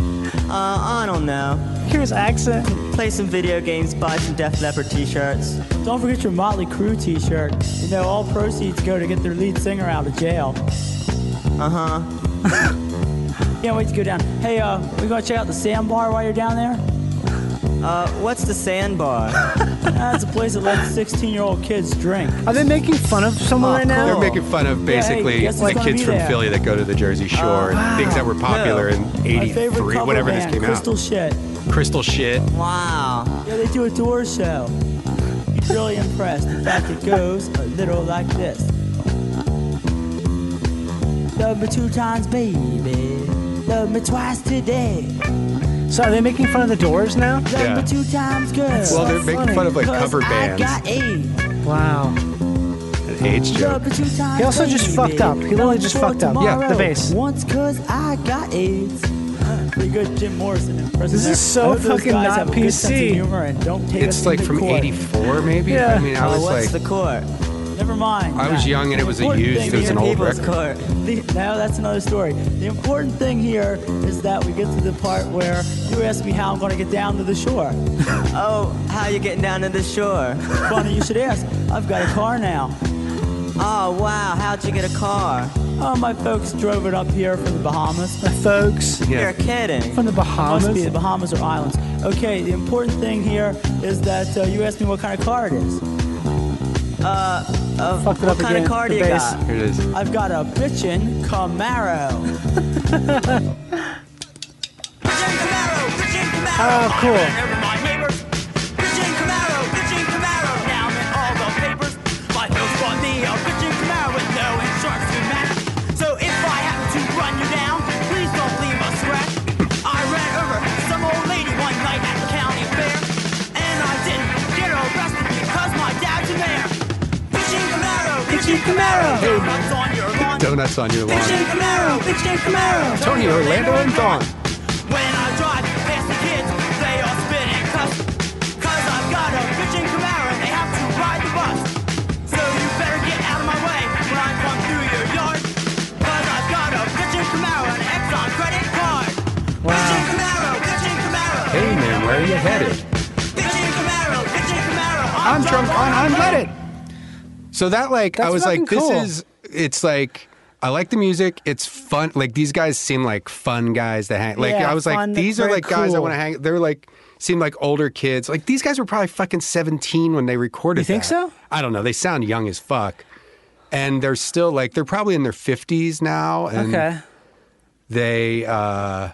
Speaker 12: Uh, I don't know.
Speaker 3: Hear his accent.
Speaker 12: Play some video games, buy some Def Leppard t-shirts.
Speaker 13: Don't forget your Motley Crue t-shirt. You know, all proceeds go to get their lead singer out of jail.
Speaker 12: Uh-huh.
Speaker 13: Can't wait to go down. Hey, uh, we gonna check out the sandbar while you're down there?
Speaker 12: Uh, what's the sandbar?
Speaker 13: That's a place that lets 16-year-old kids drink.
Speaker 3: Are they making fun of someone right now?
Speaker 9: They're making fun of basically the kids from Philly that go to the Jersey Shore and things that were popular in
Speaker 13: Oh, My favorite
Speaker 9: 83,
Speaker 13: cover
Speaker 9: whatever
Speaker 13: band,
Speaker 9: this came
Speaker 13: Crystal
Speaker 9: out.
Speaker 13: Shit.
Speaker 9: Crystal shit.
Speaker 12: Wow.
Speaker 13: Yeah, they do a door show. Really impressed. In fact, it goes a little like this. Love me two times, baby. Love me twice today.
Speaker 3: So are they making fun of the Doors now?
Speaker 13: Love me two times, girl.
Speaker 3: That's
Speaker 9: Well,
Speaker 3: so
Speaker 9: they're making
Speaker 3: funny,
Speaker 9: fun of like
Speaker 13: 'cause
Speaker 9: cover
Speaker 13: I
Speaker 9: bands.
Speaker 13: got AIDS.
Speaker 3: Wow.
Speaker 9: An age joke.
Speaker 13: Love me two times,
Speaker 3: He also just
Speaker 13: baby.
Speaker 3: fucked up. He literally just
Speaker 13: Before
Speaker 3: fucked up. Yeah, the
Speaker 13: tomorrow.
Speaker 3: bass.
Speaker 13: Once cause I got AIDS. Pretty good Jim Morrison impression
Speaker 3: This is
Speaker 13: there.
Speaker 3: so
Speaker 13: I hope those
Speaker 3: fucking
Speaker 13: guys
Speaker 3: not
Speaker 13: have a good sense of
Speaker 3: PC.
Speaker 13: humor and don't take
Speaker 9: It's
Speaker 13: us
Speaker 9: like
Speaker 13: into
Speaker 9: from
Speaker 13: court.
Speaker 9: 84, maybe? I mean, I
Speaker 12: Oh,
Speaker 9: was
Speaker 12: what's
Speaker 9: like,
Speaker 12: the court?
Speaker 13: Never mind.
Speaker 9: I was young and it was a
Speaker 13: important
Speaker 9: used,
Speaker 13: thing
Speaker 9: it was an
Speaker 13: here-
Speaker 9: old
Speaker 13: people's
Speaker 9: record.
Speaker 13: court. The- Now that's another story. The important thing here is that we get to the part where you asked me how I'm going to get down to the shore.
Speaker 12: Oh, how you getting down to the shore?
Speaker 13: Funny you should ask. I've got a car now.
Speaker 12: Oh, wow. How'd you get a car?
Speaker 13: Oh, my folks drove it up here from the Bahamas.
Speaker 3: folks.
Speaker 12: You're kidding.
Speaker 3: From the Bahamas?
Speaker 13: Must be the Bahamas or islands. Okay, the important thing here is that uh, you asked me what kind of car it is.
Speaker 12: Uh, uh
Speaker 13: Fucked it
Speaker 12: what
Speaker 13: up
Speaker 12: kind
Speaker 13: again,
Speaker 12: of car do
Speaker 13: the
Speaker 12: you
Speaker 13: bass.
Speaker 12: got?
Speaker 9: Here it is.
Speaker 13: I've got a bitchin' Camaro.
Speaker 3: Oh, cool.
Speaker 4: Never mind, neighbors. Bitchin' Camaro, bitchin' Camaro, down in all the papers. My nose bought me a bitchin' Camaro with no insurance to match. So if I happen to run you down, please don't leave a scratch. I ran over some old lady one night at the county fair, and I didn't get arrested because my dad's a mayor. Bitchin' Camaro, bitchin' Camaro, donuts on your lawn.
Speaker 9: Donuts on your
Speaker 4: Bitchin'
Speaker 9: lawn.
Speaker 4: Camaro, bitchin' Camaro.
Speaker 9: Tony Orlando and Dawn.
Speaker 4: When I drive past the kids, they all spit and cuss. Cause I've got a bitchin' Camaro and they have to ride the bus. So you better get out of my way when I come through your yard. Cause I've got a bitchin' Camaro and an Exxon credit card. Bitchin' Camaro, bitchin' Camaro.
Speaker 9: Hey man, where are you headed?
Speaker 4: Bitchin' Camaro, bitchin' Camaro.
Speaker 9: I'm drunk on unleaded. So that like I
Speaker 4: That's
Speaker 9: was like,
Speaker 4: fucking
Speaker 9: this
Speaker 4: cool.
Speaker 9: is it's like I like the music. It's fun. Like these guys seem like fun guys to hang. Like
Speaker 3: Yeah,
Speaker 9: I was
Speaker 3: fun,
Speaker 9: like, these are
Speaker 3: very
Speaker 9: like guys I
Speaker 3: cool.
Speaker 9: want to hang. They're like seem like older kids. Like these guys were probably fucking seventeen when they recorded. You think so? I don't know. They sound young as fuck, and they're still like they're probably in their fifties now. And
Speaker 3: Okay.
Speaker 9: They uh,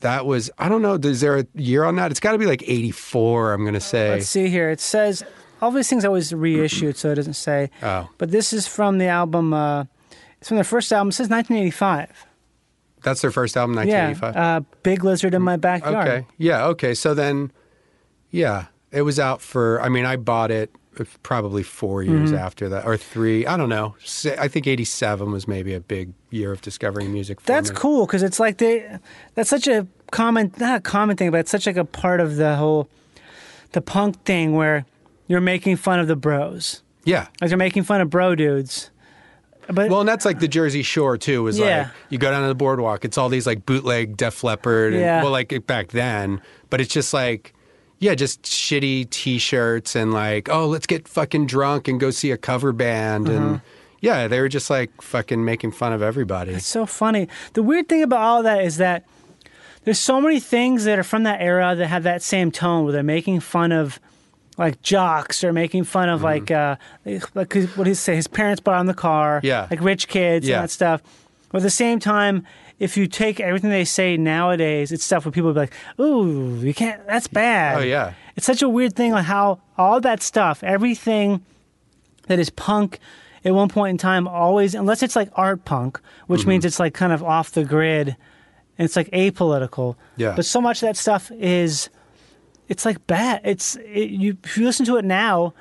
Speaker 9: that was I don't know. Is there a year on that? It's got to be like eighty four. I'm gonna say.
Speaker 3: Let's see here. It says all these things I always reissued, so it doesn't say.
Speaker 9: Oh,
Speaker 3: But this is from the album. Uh, it's from their first album. It says 1985.
Speaker 9: that's their first album,
Speaker 3: Yeah.
Speaker 9: 1985.
Speaker 3: Uh, Big Lizard in my backyard.
Speaker 9: Okay. Yeah. Okay. So then, yeah, it was out for. I mean, I bought it f- probably four years
Speaker 3: Mhm.
Speaker 9: after that, or three. I don't know. S- I think '87 was maybe a big year of discovering music. For
Speaker 3: That's
Speaker 9: me.
Speaker 3: cool because it's like they. That's such a common, not a common thing, but it's such like a part of the whole, the punk thing where you're making fun of the bros.
Speaker 9: Yeah.
Speaker 3: Like you're making fun of bro dudes. But
Speaker 9: well, and that's like the Jersey Shore too. Was
Speaker 3: Yeah.
Speaker 9: like you go down to the boardwalk. It's all these like bootleg Def Leppard. And,
Speaker 3: Yeah.
Speaker 9: Well, like back then, but it's just like. Yeah, just shitty T-shirts and like, oh, let's get fucking drunk and go see a cover band, and
Speaker 3: Mm-hmm.
Speaker 9: yeah, they were just like fucking making fun of everybody.
Speaker 3: It's so funny. The weird thing about all that is that there's so many things that are from that era that have that same tone where they're making fun of like jocks or making fun of
Speaker 9: Mm-hmm.
Speaker 3: like uh like his- what did he say his parents bought on the car
Speaker 4: Yeah.
Speaker 3: like rich kids
Speaker 4: Yeah.
Speaker 3: and that stuff but at the same time if you take everything they say nowadays it's stuff where people be like ooh you can't that's bad
Speaker 9: Oh, yeah.
Speaker 3: it's such a weird thing like how all that stuff everything that is punk at one point in time always unless it's like art punk which means it's like kind of off the grid and it's like apolitical
Speaker 4: Yeah.
Speaker 3: but so much of that stuff is it's like bad it's it, you if you listen to it now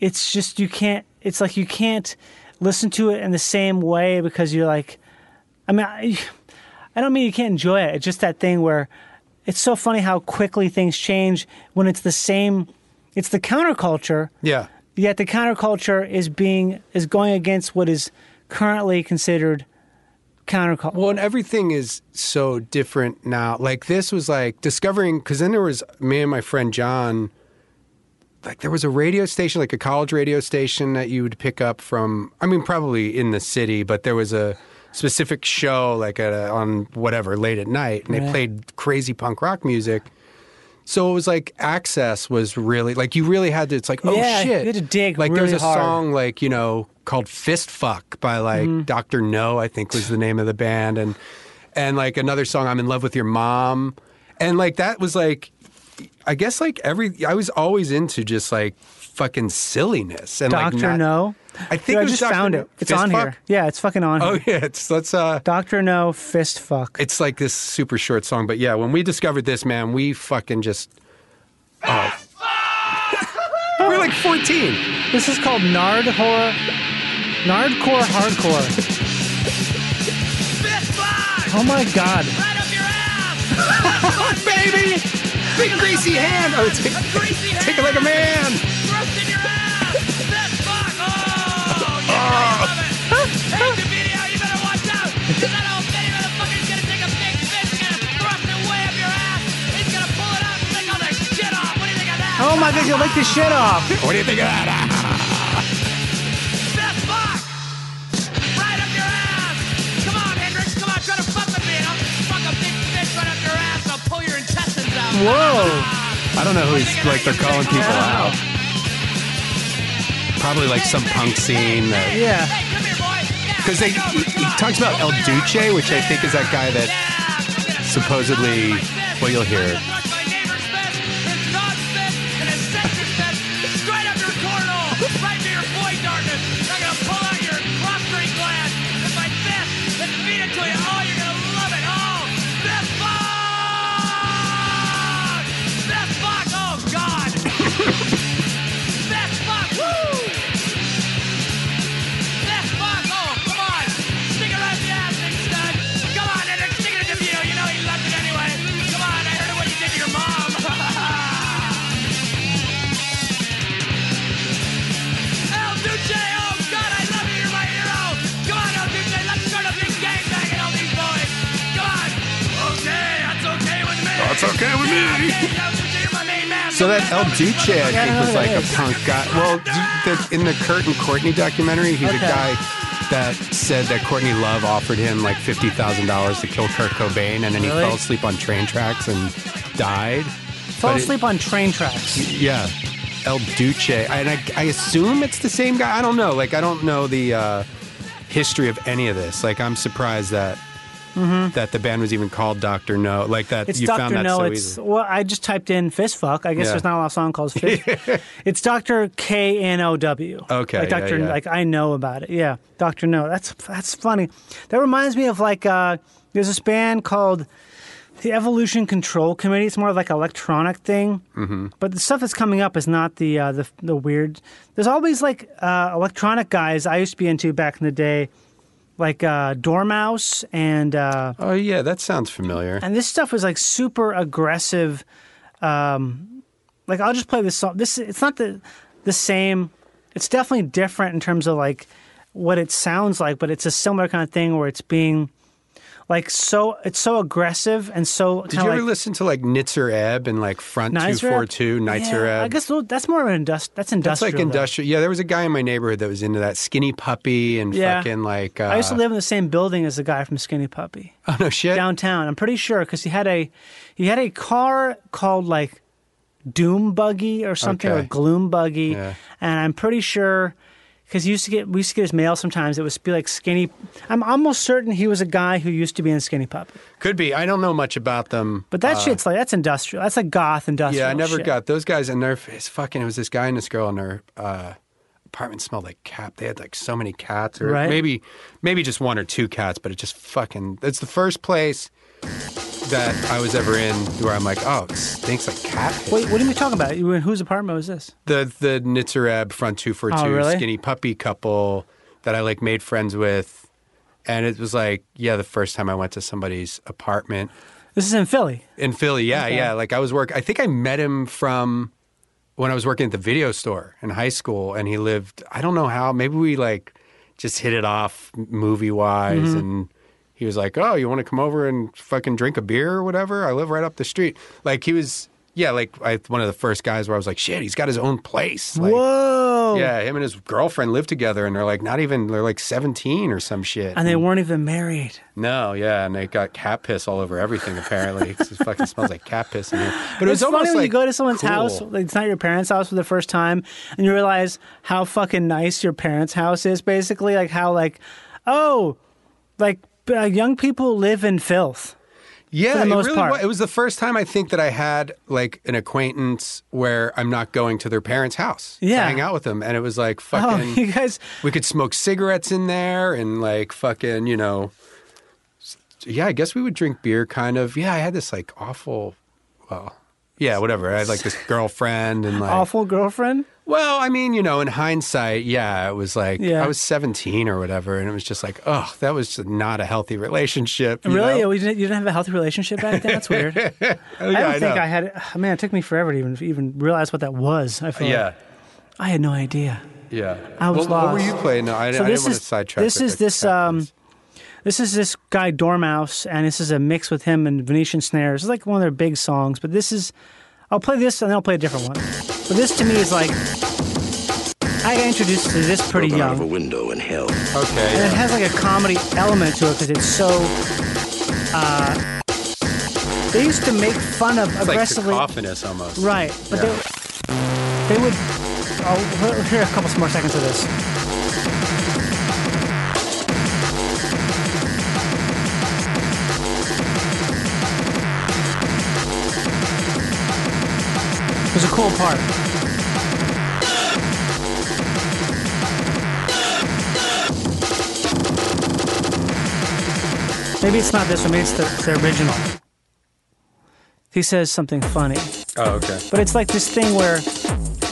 Speaker 3: it's just you can't it's like you can't listen to it in the same way because you're like i mean i, I don't mean you can't enjoy it it's just that thing where it's so funny how quickly things change when it's the same it's the counterculture
Speaker 9: Yeah.
Speaker 3: yet the counterculture is being is going against what is currently considered counterculture.
Speaker 9: Well, and everything is so different now. Like this was like discovering because then there was me and my friend John. Like there was a radio station, like a college radio station that you would pick up from. I mean, probably in the city, but there was a specific show like at a, on whatever late at night, and
Speaker 14: Right.
Speaker 9: they played crazy punk rock music. So it was like access was really like you really had to. It's like oh
Speaker 3: Yeah,
Speaker 9: shit,
Speaker 3: you had to dig
Speaker 9: Like
Speaker 3: really
Speaker 9: there's a
Speaker 3: hard.
Speaker 9: song like you know called Fist Fuck by like
Speaker 3: Mhm.
Speaker 9: Doctor No, I think was the name of the band, and and like another song I'm in love with your mom, and like that was like I guess like every I was always into just like fucking silliness and
Speaker 3: Doctor
Speaker 9: like not-
Speaker 3: No.
Speaker 9: I think
Speaker 3: Dude,
Speaker 9: it
Speaker 3: I
Speaker 9: was
Speaker 3: just
Speaker 9: Dr.
Speaker 3: found
Speaker 9: No.
Speaker 3: it. It's
Speaker 9: Fist
Speaker 3: on
Speaker 9: Fuck?
Speaker 3: here. Yeah, it's fucking on.
Speaker 9: Oh
Speaker 3: here.
Speaker 9: yeah, it's let's uh
Speaker 3: Doctor No fist fuck.
Speaker 9: It's like this super short song, but yeah, when we discovered this man, we fucking just oh. We're like 14.
Speaker 3: This is called Nard Horror. Nardcore Hardcore. Oh my god.
Speaker 9: baby! Big greasy hand! Oh, take, take it like a man!
Speaker 4: Oh,
Speaker 3: Oh my god, you lick the shit off.
Speaker 9: What do you think of that?
Speaker 14: Whoa!
Speaker 9: I don't know who he's like. They're calling people out. Probably like some punk scene. That,
Speaker 3: Yeah.
Speaker 9: Because they he, he talks about El Duce, which I think is that guy that supposedly. Well, you'll hear it.
Speaker 14: Oh, oh, That's okay with me.
Speaker 9: So that El Duce, I
Speaker 14: Yeah, I
Speaker 9: think,
Speaker 14: know
Speaker 9: was
Speaker 14: who
Speaker 9: like
Speaker 14: that
Speaker 9: a
Speaker 14: is.
Speaker 9: punk guy. Well, the, in the Kurt and Courtney documentary, he's a
Speaker 14: Okay.
Speaker 9: guy that said that Courtney Love offered him like fifty thousand dollars to kill Kurt Cobain, and then he
Speaker 3: Really?
Speaker 9: fell asleep on train tracks and died.
Speaker 3: Fall
Speaker 9: But it-
Speaker 3: asleep on train tracks.
Speaker 9: yeah, El Duce, and I, I assume it's the same guy. I don't know. Like, I don't know the uh, history of any of this. Like, I'm surprised that
Speaker 3: Mhm.
Speaker 9: that the band was even called Doctor No. Like that
Speaker 3: It's
Speaker 9: you found
Speaker 3: Doctor
Speaker 9: that
Speaker 3: No.
Speaker 9: so
Speaker 3: it's
Speaker 9: easily.
Speaker 3: well, I just typed in fist fuck. I guess
Speaker 9: Yeah.
Speaker 3: there's not a lot of song called fist. it's Doctor K N O W.
Speaker 9: Okay,
Speaker 3: like
Speaker 9: yeah,
Speaker 3: Doctor,
Speaker 9: yeah.
Speaker 3: like I know about it. Yeah, Doctor No. That's that's funny. That reminds me of like uh, there's this band called the Evolution Control Committee. It's more of like electronic thing.
Speaker 14: Mm-hmm.
Speaker 3: But the stuff that's coming up is not the uh, the the weird. There's always like uh, electronic guys I used to be into back in the day, like uh, Dormouse and uh,
Speaker 9: Oh yeah, that sounds familiar.
Speaker 3: and this stuff was like super aggressive. Um, like I'll just play this song. This it's not the the same. It's definitely different in terms of like what it sounds like, but it's a similar kind of thing where it's being like so it's so aggressive and so
Speaker 9: Did
Speaker 3: kinda
Speaker 9: you ever
Speaker 3: like-
Speaker 9: listen to like Nitzer Ebb and like Front
Speaker 3: Nights
Speaker 9: Two
Speaker 3: Rep?
Speaker 9: Four Two Nitzer
Speaker 3: Yeah, I
Speaker 9: Ebb?
Speaker 3: guess tho- that's more of an industri- that's
Speaker 9: That's
Speaker 3: industrial.
Speaker 9: like
Speaker 3: though.
Speaker 9: industrial. Yeah, there was a guy in my neighborhood that was into that skinny puppy and
Speaker 3: Yeah.
Speaker 9: fucking like. Uh,
Speaker 3: I used to live in the same building as the guy from Skinny Puppy.
Speaker 9: Oh no shit!
Speaker 3: Downtown, I'm pretty sure because he had a he had a car called like Doom Buggy or something
Speaker 14: Okay.
Speaker 3: or Gloom Buggy, and I'm pretty sure because he used to get we used to get his mail sometimes. It would be like Skinny. I'm almost certain he was a guy who used to be in Skinny Puppy.
Speaker 9: Could be. I don't know much about them.
Speaker 3: But that
Speaker 9: Uh,
Speaker 3: shit's like that's industrial. That's like goth industrial.
Speaker 9: Yeah, I never
Speaker 3: shit.
Speaker 9: got those guys and their it's fucking. It was this guy and this girl and their uh, apartment smelled like cat. They had like so many cats, or
Speaker 3: Right.
Speaker 9: maybe maybe just one or two cats. But it just fucking. It's the first place that I was ever in where I'm like, oh, it stinks like cat. piss.
Speaker 3: Wait, what are you talking about? You were in whose apartment was this?
Speaker 9: The the Nitzareb front two for two
Speaker 3: Oh, really?
Speaker 9: skinny puppy couple that I like made friends with, and it was like yeah, the first time I went to somebody's apartment.
Speaker 3: This is in Philly.
Speaker 9: In Philly, yeah,
Speaker 3: Okay.
Speaker 9: yeah. Like I was work. I think I met him from when I was working at the video store in high school, and he lived. I don't know how. Maybe we like just hit it off movie wise,
Speaker 3: Mhm.
Speaker 9: and He was like, "Oh, you want to come over and fucking drink a beer or whatever? I live right up the street." Like he was, yeah, like I, one of the first guys where I was like, "Shit, he's got his own place." Like,
Speaker 3: Whoa.
Speaker 9: Yeah, him and his girlfriend live together, and they're like not even they're like seventeen or some shit.
Speaker 3: And they weren't even married.
Speaker 9: No, yeah, and they got cat piss all over everything. Apparently, 'cause it fucking smells like cat piss in here. But it was
Speaker 3: it's funny
Speaker 9: almost
Speaker 3: when
Speaker 9: like
Speaker 3: you go to someone's
Speaker 9: cool.
Speaker 3: house, like, it's not your parents' house for the first time, and you realize how fucking nice your parents' house is. Basically, like how like, oh, like uh, young people live in filth.
Speaker 9: Yeah,
Speaker 3: for the
Speaker 9: it
Speaker 3: most
Speaker 9: really
Speaker 3: part.
Speaker 9: wa- it was the first time I think that I had like an acquaintance where I'm not going to their parents' house to
Speaker 3: Yeah.
Speaker 9: hang out with them, and it was like
Speaker 3: Oh,
Speaker 9: fucking.
Speaker 3: you guys,
Speaker 9: we could smoke cigarettes in there and like fucking, you know. s- Yeah, I guess we would drink beer kind of. Yeah, I had this like awful, well, yeah, whatever. I had like this girlfriend and like.
Speaker 3: awful girlfriend.
Speaker 9: Well, I mean, you know, in hindsight, yeah, it was like
Speaker 3: Yeah.
Speaker 9: I was 17 or whatever, and it was just like, oh, that was just not a healthy relationship. you
Speaker 3: Really? Oh,
Speaker 9: know?
Speaker 3: You didn't, you didn't have a healthy relationship back then? That's weird. I don't
Speaker 9: Yeah, I
Speaker 3: think
Speaker 9: know.
Speaker 3: I had it. Man, it took me forever to even even realize what that was. I feel like.
Speaker 9: Yeah,
Speaker 3: I had no idea.
Speaker 9: yeah.
Speaker 3: I was
Speaker 9: what, what were
Speaker 3: lost.
Speaker 9: you playing? No, I,
Speaker 3: so
Speaker 9: I didn't
Speaker 3: this
Speaker 9: want
Speaker 3: is
Speaker 9: to sidetrack.
Speaker 3: this
Speaker 9: with
Speaker 3: is
Speaker 9: the
Speaker 3: this um, this is this guy Dormouse, and this is a mix with him and Venetian snares. It's like one of their big songs, but this is I'll play this and then I'll play a different one. But this to me is like I got introduced to this pretty
Speaker 15: Broken
Speaker 3: young,
Speaker 15: Out of a window in hell.
Speaker 9: Okay.
Speaker 3: and it has like a comedy element to it because it's so. Uh, they used to make fun of
Speaker 9: It's like
Speaker 3: aggressively.
Speaker 9: cacophonous almost.
Speaker 3: Right, but
Speaker 9: Yeah.
Speaker 3: they, they would. I'll we'll hear a couple more seconds of this. There's a cool part. Maybe it's not this one. Maybe it's the, the original. He says something funny.
Speaker 9: Oh, okay.
Speaker 3: But it's like this thing where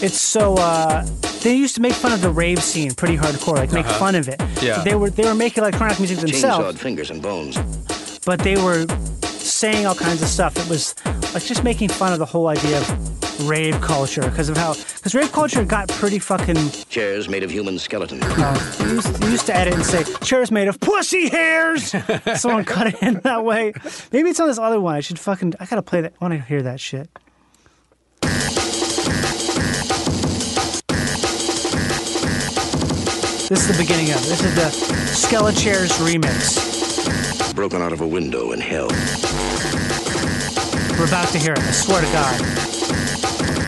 Speaker 3: it's so uh they used to make fun of the rave scene pretty hardcore, like make
Speaker 15: Uh-huh.
Speaker 3: fun of it.
Speaker 15: Yeah.
Speaker 3: So they were they were making electronic music
Speaker 15: Chainsawed
Speaker 3: themselves,
Speaker 15: fingers and bones.
Speaker 3: but they were saying all kinds of stuff. It was like just making fun of the whole idea of rave culture because of how because rave culture got pretty fucking
Speaker 15: Chairs made of human skeletons.
Speaker 3: uh, you used, you used to edit and say chairs made of pussy hairs. Someone cut it in that way. Maybe it's on this other one. I should fucking I gotta play that. I want to hear that shit. This is the beginning of it. This is the Skeletairs remix.
Speaker 15: Broken out of a window in hell.
Speaker 3: We're about to hear it. I swear to God.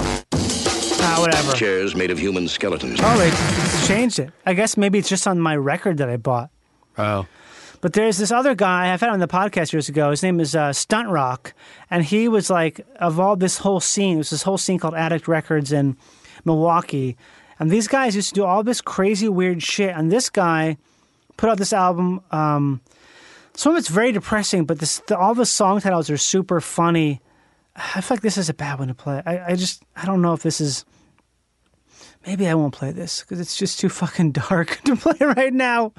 Speaker 3: Ah, whatever.
Speaker 15: Chairs made of human skeletons.
Speaker 3: Oh, they changed it. I guess maybe it's just on my record that I bought.
Speaker 9: Oh.
Speaker 3: But there's this other guy I've had on the podcast years ago. His name is uh, Stunt Rock, and he was like of all this whole scene. There's this whole scene called Addict Records in Milwaukee, and these guys used to do all this crazy, weird shit. And this guy put out this album. Um, some of it's very depressing, but this the, all the song titles are super funny. I feel like this is a bad one to play. I, I just I don't know if this is. Maybe I won't play this because it's just too fucking dark to play right now.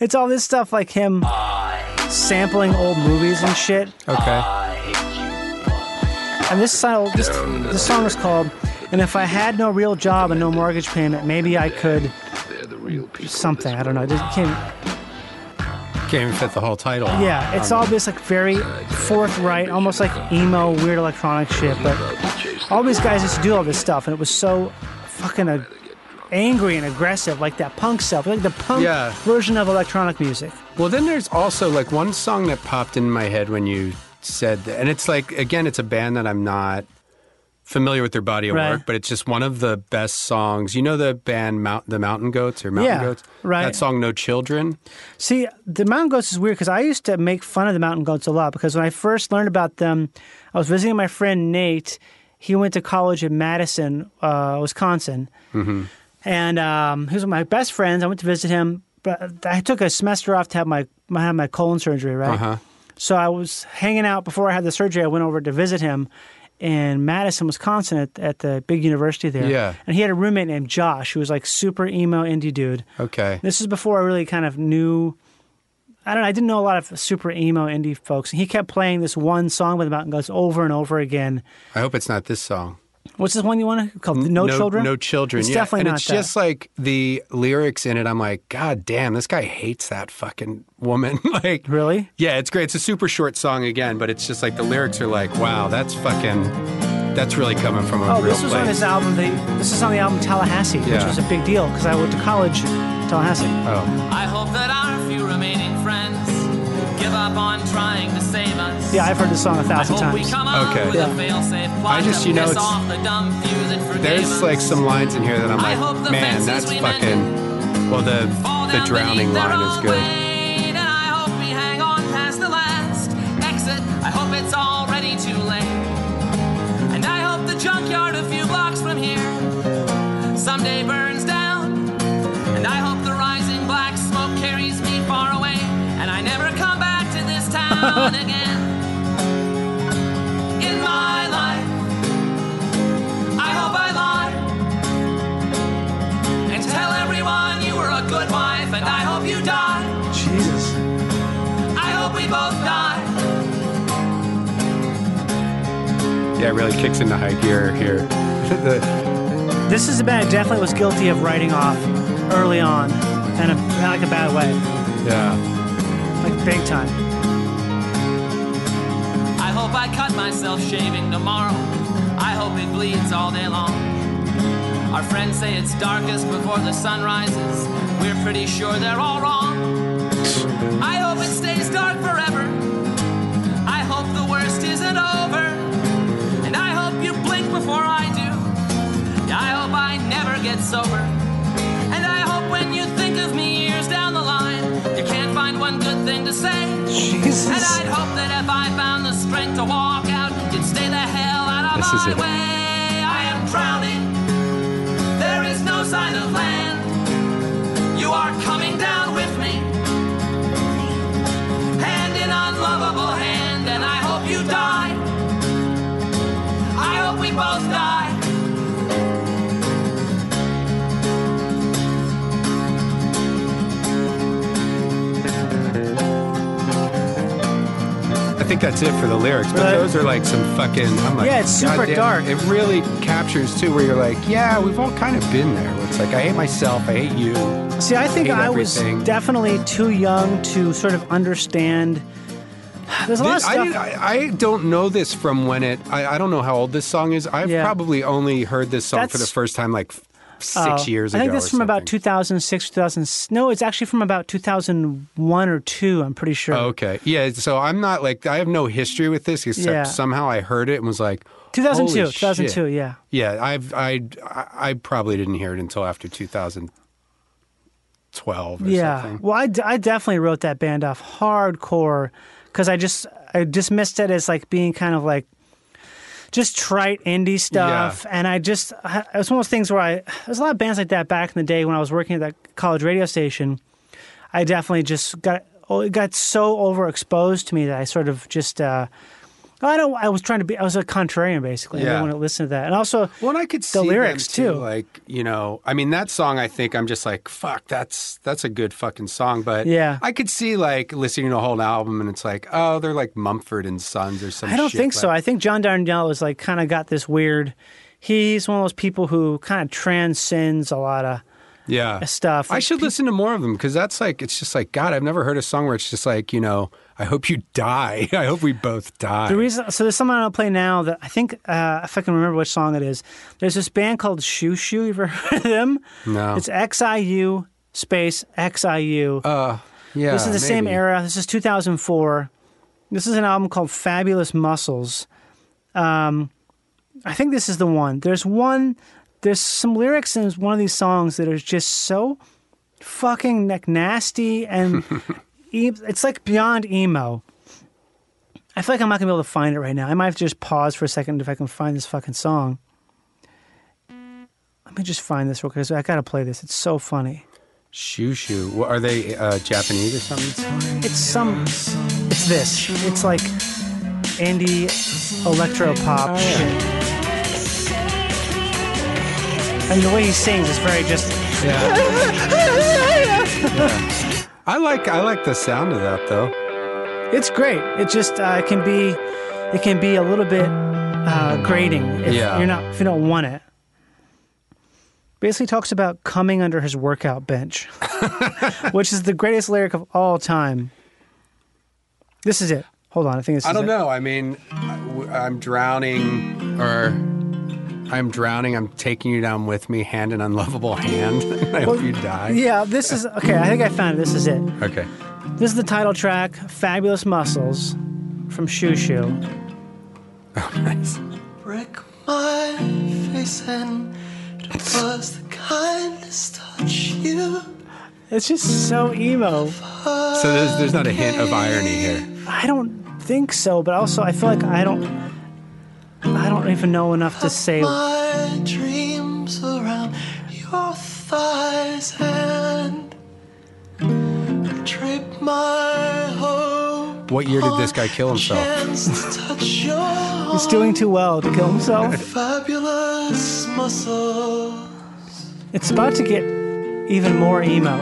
Speaker 3: It's all this stuff like him sampling old movies and shit.
Speaker 9: Okay.
Speaker 3: And this song, this, this song was called "And If I Had No Real Job and No Mortgage Payment, Maybe I Could." Something I don't know. It doesn't- can't,
Speaker 9: Can't even fit the whole title.
Speaker 3: yeah, it's
Speaker 9: Um,
Speaker 3: all this like very forthright, almost like emo, weird electronic shit. But all these guys used to do all this stuff, and it was so fucking uh, angry and aggressive, like that punk stuff, like the punk
Speaker 9: Yeah.
Speaker 3: version of electronic music.
Speaker 9: Well, then there's also like one song that popped in my head when you said that, and it's like again, it's a band that I'm not familiar with their body of
Speaker 3: Right.
Speaker 9: work, but it's just one of the best songs. You know the band Mount, the Mountain Goats or Mountain
Speaker 3: Yeah,
Speaker 9: Goats,
Speaker 3: right.
Speaker 9: That song, No Children.
Speaker 3: See, the mountain goats is weird because I used to make fun of the mountain goats a lot because when I first learned about them, I was visiting my friend Nate. He went to college in Madison, uh, Wisconsin,
Speaker 7: Mm-hmm.
Speaker 3: and um, he was one of my best friends. I went to visit him, but I took a semester off to have my I had my colon surgery, right?
Speaker 9: Uh-huh.
Speaker 3: So I was hanging out before I had the surgery. I went over to visit him in Madison, Wisconsin, at, at the big university there.
Speaker 9: Yeah.
Speaker 3: and he had a roommate named Josh, who was like super emo indie dude.
Speaker 9: Okay.
Speaker 3: This is before I really kind of knew I don't know, I didn't know a lot of super emo indie folks. And he kept playing this one song with the Mountain Goats over and over again.
Speaker 9: I hope it's not this song.
Speaker 3: What's this one you want to call? No, Children?
Speaker 9: No Children.
Speaker 3: It's
Speaker 9: yeah.
Speaker 3: definitely
Speaker 9: and
Speaker 3: not
Speaker 9: it's
Speaker 3: that.
Speaker 9: just like the lyrics in it. I'm like, God damn, this guy hates that fucking woman. like,
Speaker 3: really?
Speaker 9: Yeah, it's great. It's a super short song again, but it's just like the lyrics are like, wow, that's fucking, that's really coming from a
Speaker 3: Oh,
Speaker 9: real
Speaker 3: this was
Speaker 9: place.
Speaker 3: on his album. That he, this is on the album Tallahassee, which
Speaker 9: Yeah.
Speaker 3: was a big deal because I went to college in Tallahassee.
Speaker 9: Oh.
Speaker 16: I hope that our few remaining friends give up on trying to save us.
Speaker 3: Yeah, I've heard this song a
Speaker 16: I
Speaker 3: thousand
Speaker 16: hope Oh, we
Speaker 3: times.
Speaker 16: come up
Speaker 9: Okay.
Speaker 16: with
Speaker 9: Yeah.
Speaker 16: a fail-safe
Speaker 9: I
Speaker 16: plot
Speaker 9: just,
Speaker 16: to
Speaker 9: you know,
Speaker 16: piss
Speaker 9: it's-
Speaker 16: off the dumb few that forgave
Speaker 9: There's
Speaker 16: us.
Speaker 9: like some lines in here that I'm
Speaker 16: I hope the
Speaker 9: like, man,
Speaker 16: fences
Speaker 9: that's
Speaker 16: we
Speaker 9: fucking. Well, the the drowning line is good.
Speaker 16: And I hope we hang on past the last exit. I hope it's already too late. And I hope the junkyard a few blocks from here someday burns down. And I hope the rising black smoke carries me far away. And I never come back to this town again. In my life, I hope I lie. And tell everyone you were a good wife, and I hope you die.
Speaker 3: Jesus.
Speaker 16: I hope we both die.
Speaker 9: Yeah, it really kicks into high gear here. the,
Speaker 3: This is a band I definitely was guilty of writing off early on, and a, in like a bad way,
Speaker 9: yeah.
Speaker 3: like big time.
Speaker 16: I hope I cut myself shaving tomorrow. I hope it bleeds all day long. Our friends say it's darkest before the sun rises. We're pretty sure they're all wrong. I hope it stays dark forever. I hope the worst isn't over. And I hope you blink before I do. I hope I never get sober. And I hope when you think of me years down the line, you can't find one good thing to say.
Speaker 9: Jesus.
Speaker 16: And I'd hope that if I found the strength to walk out, you'd stay the hell out of
Speaker 9: This is
Speaker 16: my
Speaker 9: it.
Speaker 16: way. I am drowning. There is no sign of land. You are coming down with me. Hand in unlovable hand, and I hope you die. I hope we both die.
Speaker 9: I think that's it for the lyrics, but
Speaker 3: Really?
Speaker 9: those are like some fucking. I'm like,
Speaker 3: Yeah, it's super
Speaker 9: "God damn,
Speaker 3: dark."
Speaker 9: It really captures too, where you're like, yeah, we've all kind of been there. It's like I hate myself, I hate you.
Speaker 3: See, I think
Speaker 9: hate
Speaker 3: I
Speaker 9: everything.
Speaker 3: was definitely too young to sort of understand. There's a lot of
Speaker 9: This- I,
Speaker 3: stuff.
Speaker 9: didn't- I, I don't know this from when it. I, I don't know how old this song is. I've probably only heard this song for the
Speaker 3: That's-
Speaker 9: first time like f- six
Speaker 3: Oh,
Speaker 9: years
Speaker 3: I
Speaker 9: ago.
Speaker 3: think that's
Speaker 9: or
Speaker 3: from about 2006, 2000. No, it's actually from about 2001 or two. I'm pretty sure.
Speaker 9: something. Okay, yeah. So I'm not like I have no history with this except
Speaker 3: Yeah.
Speaker 9: somehow I heard it and was like
Speaker 3: 2002,
Speaker 9: "Holy shit."
Speaker 3: 2002, yeah.
Speaker 9: Yeah, I've I I probably didn't hear it until after 2012 or
Speaker 3: yeah.
Speaker 9: something.
Speaker 3: Well, I, d- I definitely wrote that band off hardcore because I just I dismissed it as like being kind of like just trite indie stuff. And I just I, it was one of those things where I there's a lot of bands like that back in the day when I was working at that college radio station. I definitely just got oh, it got so overexposed to me that I sort of just. uh I don't. I was trying to be. I was a contrarian, basically. I
Speaker 9: Yeah.
Speaker 3: didn't want to listen to that, and also
Speaker 9: well, and I could
Speaker 3: the
Speaker 9: see them,
Speaker 3: lyrics too.
Speaker 9: Like you know, I mean that song. I think I'm just like fuck. That's that's a good fucking song. But
Speaker 3: Yeah.
Speaker 9: I could see like listening to a whole album and it's like oh they're like Mumford and Sons or some.
Speaker 3: I don't
Speaker 9: shit
Speaker 3: think so.
Speaker 9: like-
Speaker 3: I think John Darnielle is like kind of got this weird. He's one of those people who kind of transcends a lot of
Speaker 9: yeah.
Speaker 3: uh, stuff.
Speaker 9: I should listen to more of them because that's like it's just like God. I've never heard a song where it's just like you know. I hope you die. I hope we both die.
Speaker 3: The reason, so there's something I'll play now that I think, uh, if I can remember which song it is, there's this band called Shoo Shoo. You ever heard of them?
Speaker 9: No.
Speaker 3: It's XIU space XIU.
Speaker 9: Uh, yeah.
Speaker 3: this is the same
Speaker 9: maybe.
Speaker 3: era. This is 2004. This is an album called Fabulous Muscles. Um, I think this is the one. There's one. There's some lyrics in one of these songs that are just so fucking like nasty and e- it's like beyond emo. I feel like I'm not gonna be able to find it right now. I might have to just pause for a second if I can find this fucking song. Let me just find this real quick. I gotta play this. It's so funny.
Speaker 9: Shoo shoo. What, are they uh, Japanese or something?
Speaker 3: It's some. It's this. It's like indie electro pop
Speaker 9: Oh,
Speaker 3: shit. And the way he sings is very just.
Speaker 9: Yeah. I like I like the sound of that though.
Speaker 3: It's great. It just uh, it can be, it can be a little bit uh, grating if
Speaker 9: Yeah.
Speaker 3: you're not if you don't want it. Basically, talks about coming under his workout bench, which is the greatest lyric of all time. This is it. Hold on, I think this. Is
Speaker 9: I don't
Speaker 3: it.
Speaker 9: know. I mean, I- w- I'm drowning, or I'm drowning. I'm taking you down with me, hand in unlovable hand. and I
Speaker 3: Well,
Speaker 9: hope you die.
Speaker 3: Yeah, this is okay. I think I found it. This is it.
Speaker 9: Okay.
Speaker 3: This is the title track, "Fabulous Muscles," from Shoo Shoo.
Speaker 9: Oh, nice.
Speaker 17: Brick my face and it was the kindest touch you
Speaker 3: It's just so emo.
Speaker 9: So there's there's not a hint of irony here.
Speaker 3: I don't think so, but also I feel like I don't. I don't even know enough to say.
Speaker 17: my dreams around your thighs and drape my hope
Speaker 9: What year did this guy kill himself?
Speaker 17: chance to touch your
Speaker 3: He's doing too well to kill himself.
Speaker 17: fabulous muscles.
Speaker 3: It's about to get even more emo.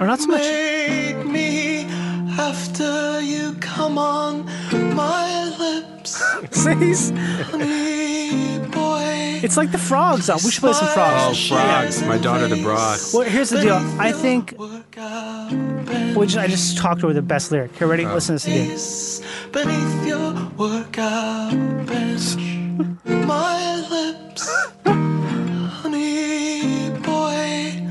Speaker 3: Or not so much.
Speaker 17: Made me after you come on my lips.
Speaker 3: Please.
Speaker 17: Honey boy.
Speaker 3: It's like the frogs. Though. We should play some frogs.
Speaker 9: Oh, frogs. My daughter, the broad.
Speaker 3: Well, here's the deal. I think. Which I just talked over the best lyric. Here, ready? Listen to this again.
Speaker 17: Beneath your workout bench, my lips, honey boy,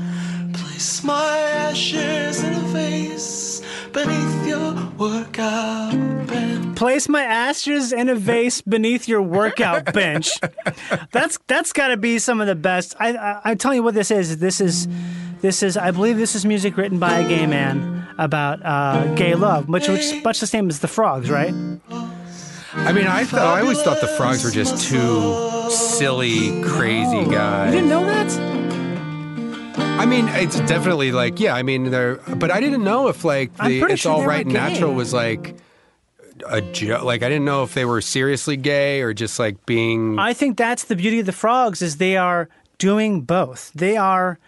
Speaker 17: place my ashes in a vase beneath your workout bench.
Speaker 3: Place my ashes in a vase beneath your workout bench. That's that's got to be some of the best. I, I I tell you what this is. This is this is I believe this is music written by a gay man about uh, gay love, which which is much the same as the frogs, right?
Speaker 9: I mean, I thought I always thought the frogs were just two silly, crazy guys.
Speaker 3: You didn't know that?
Speaker 9: I mean, it's definitely like, yeah, I mean, they're, but I didn't know if like
Speaker 3: I'm
Speaker 9: the
Speaker 3: pretty
Speaker 9: It's
Speaker 3: sure
Speaker 9: All
Speaker 3: they were
Speaker 9: Right and
Speaker 3: gay.
Speaker 9: Natural was like a joke. Like, I didn't know if they were seriously gay or just like being.
Speaker 3: I think that's the beauty of the frogs is they are doing both. They are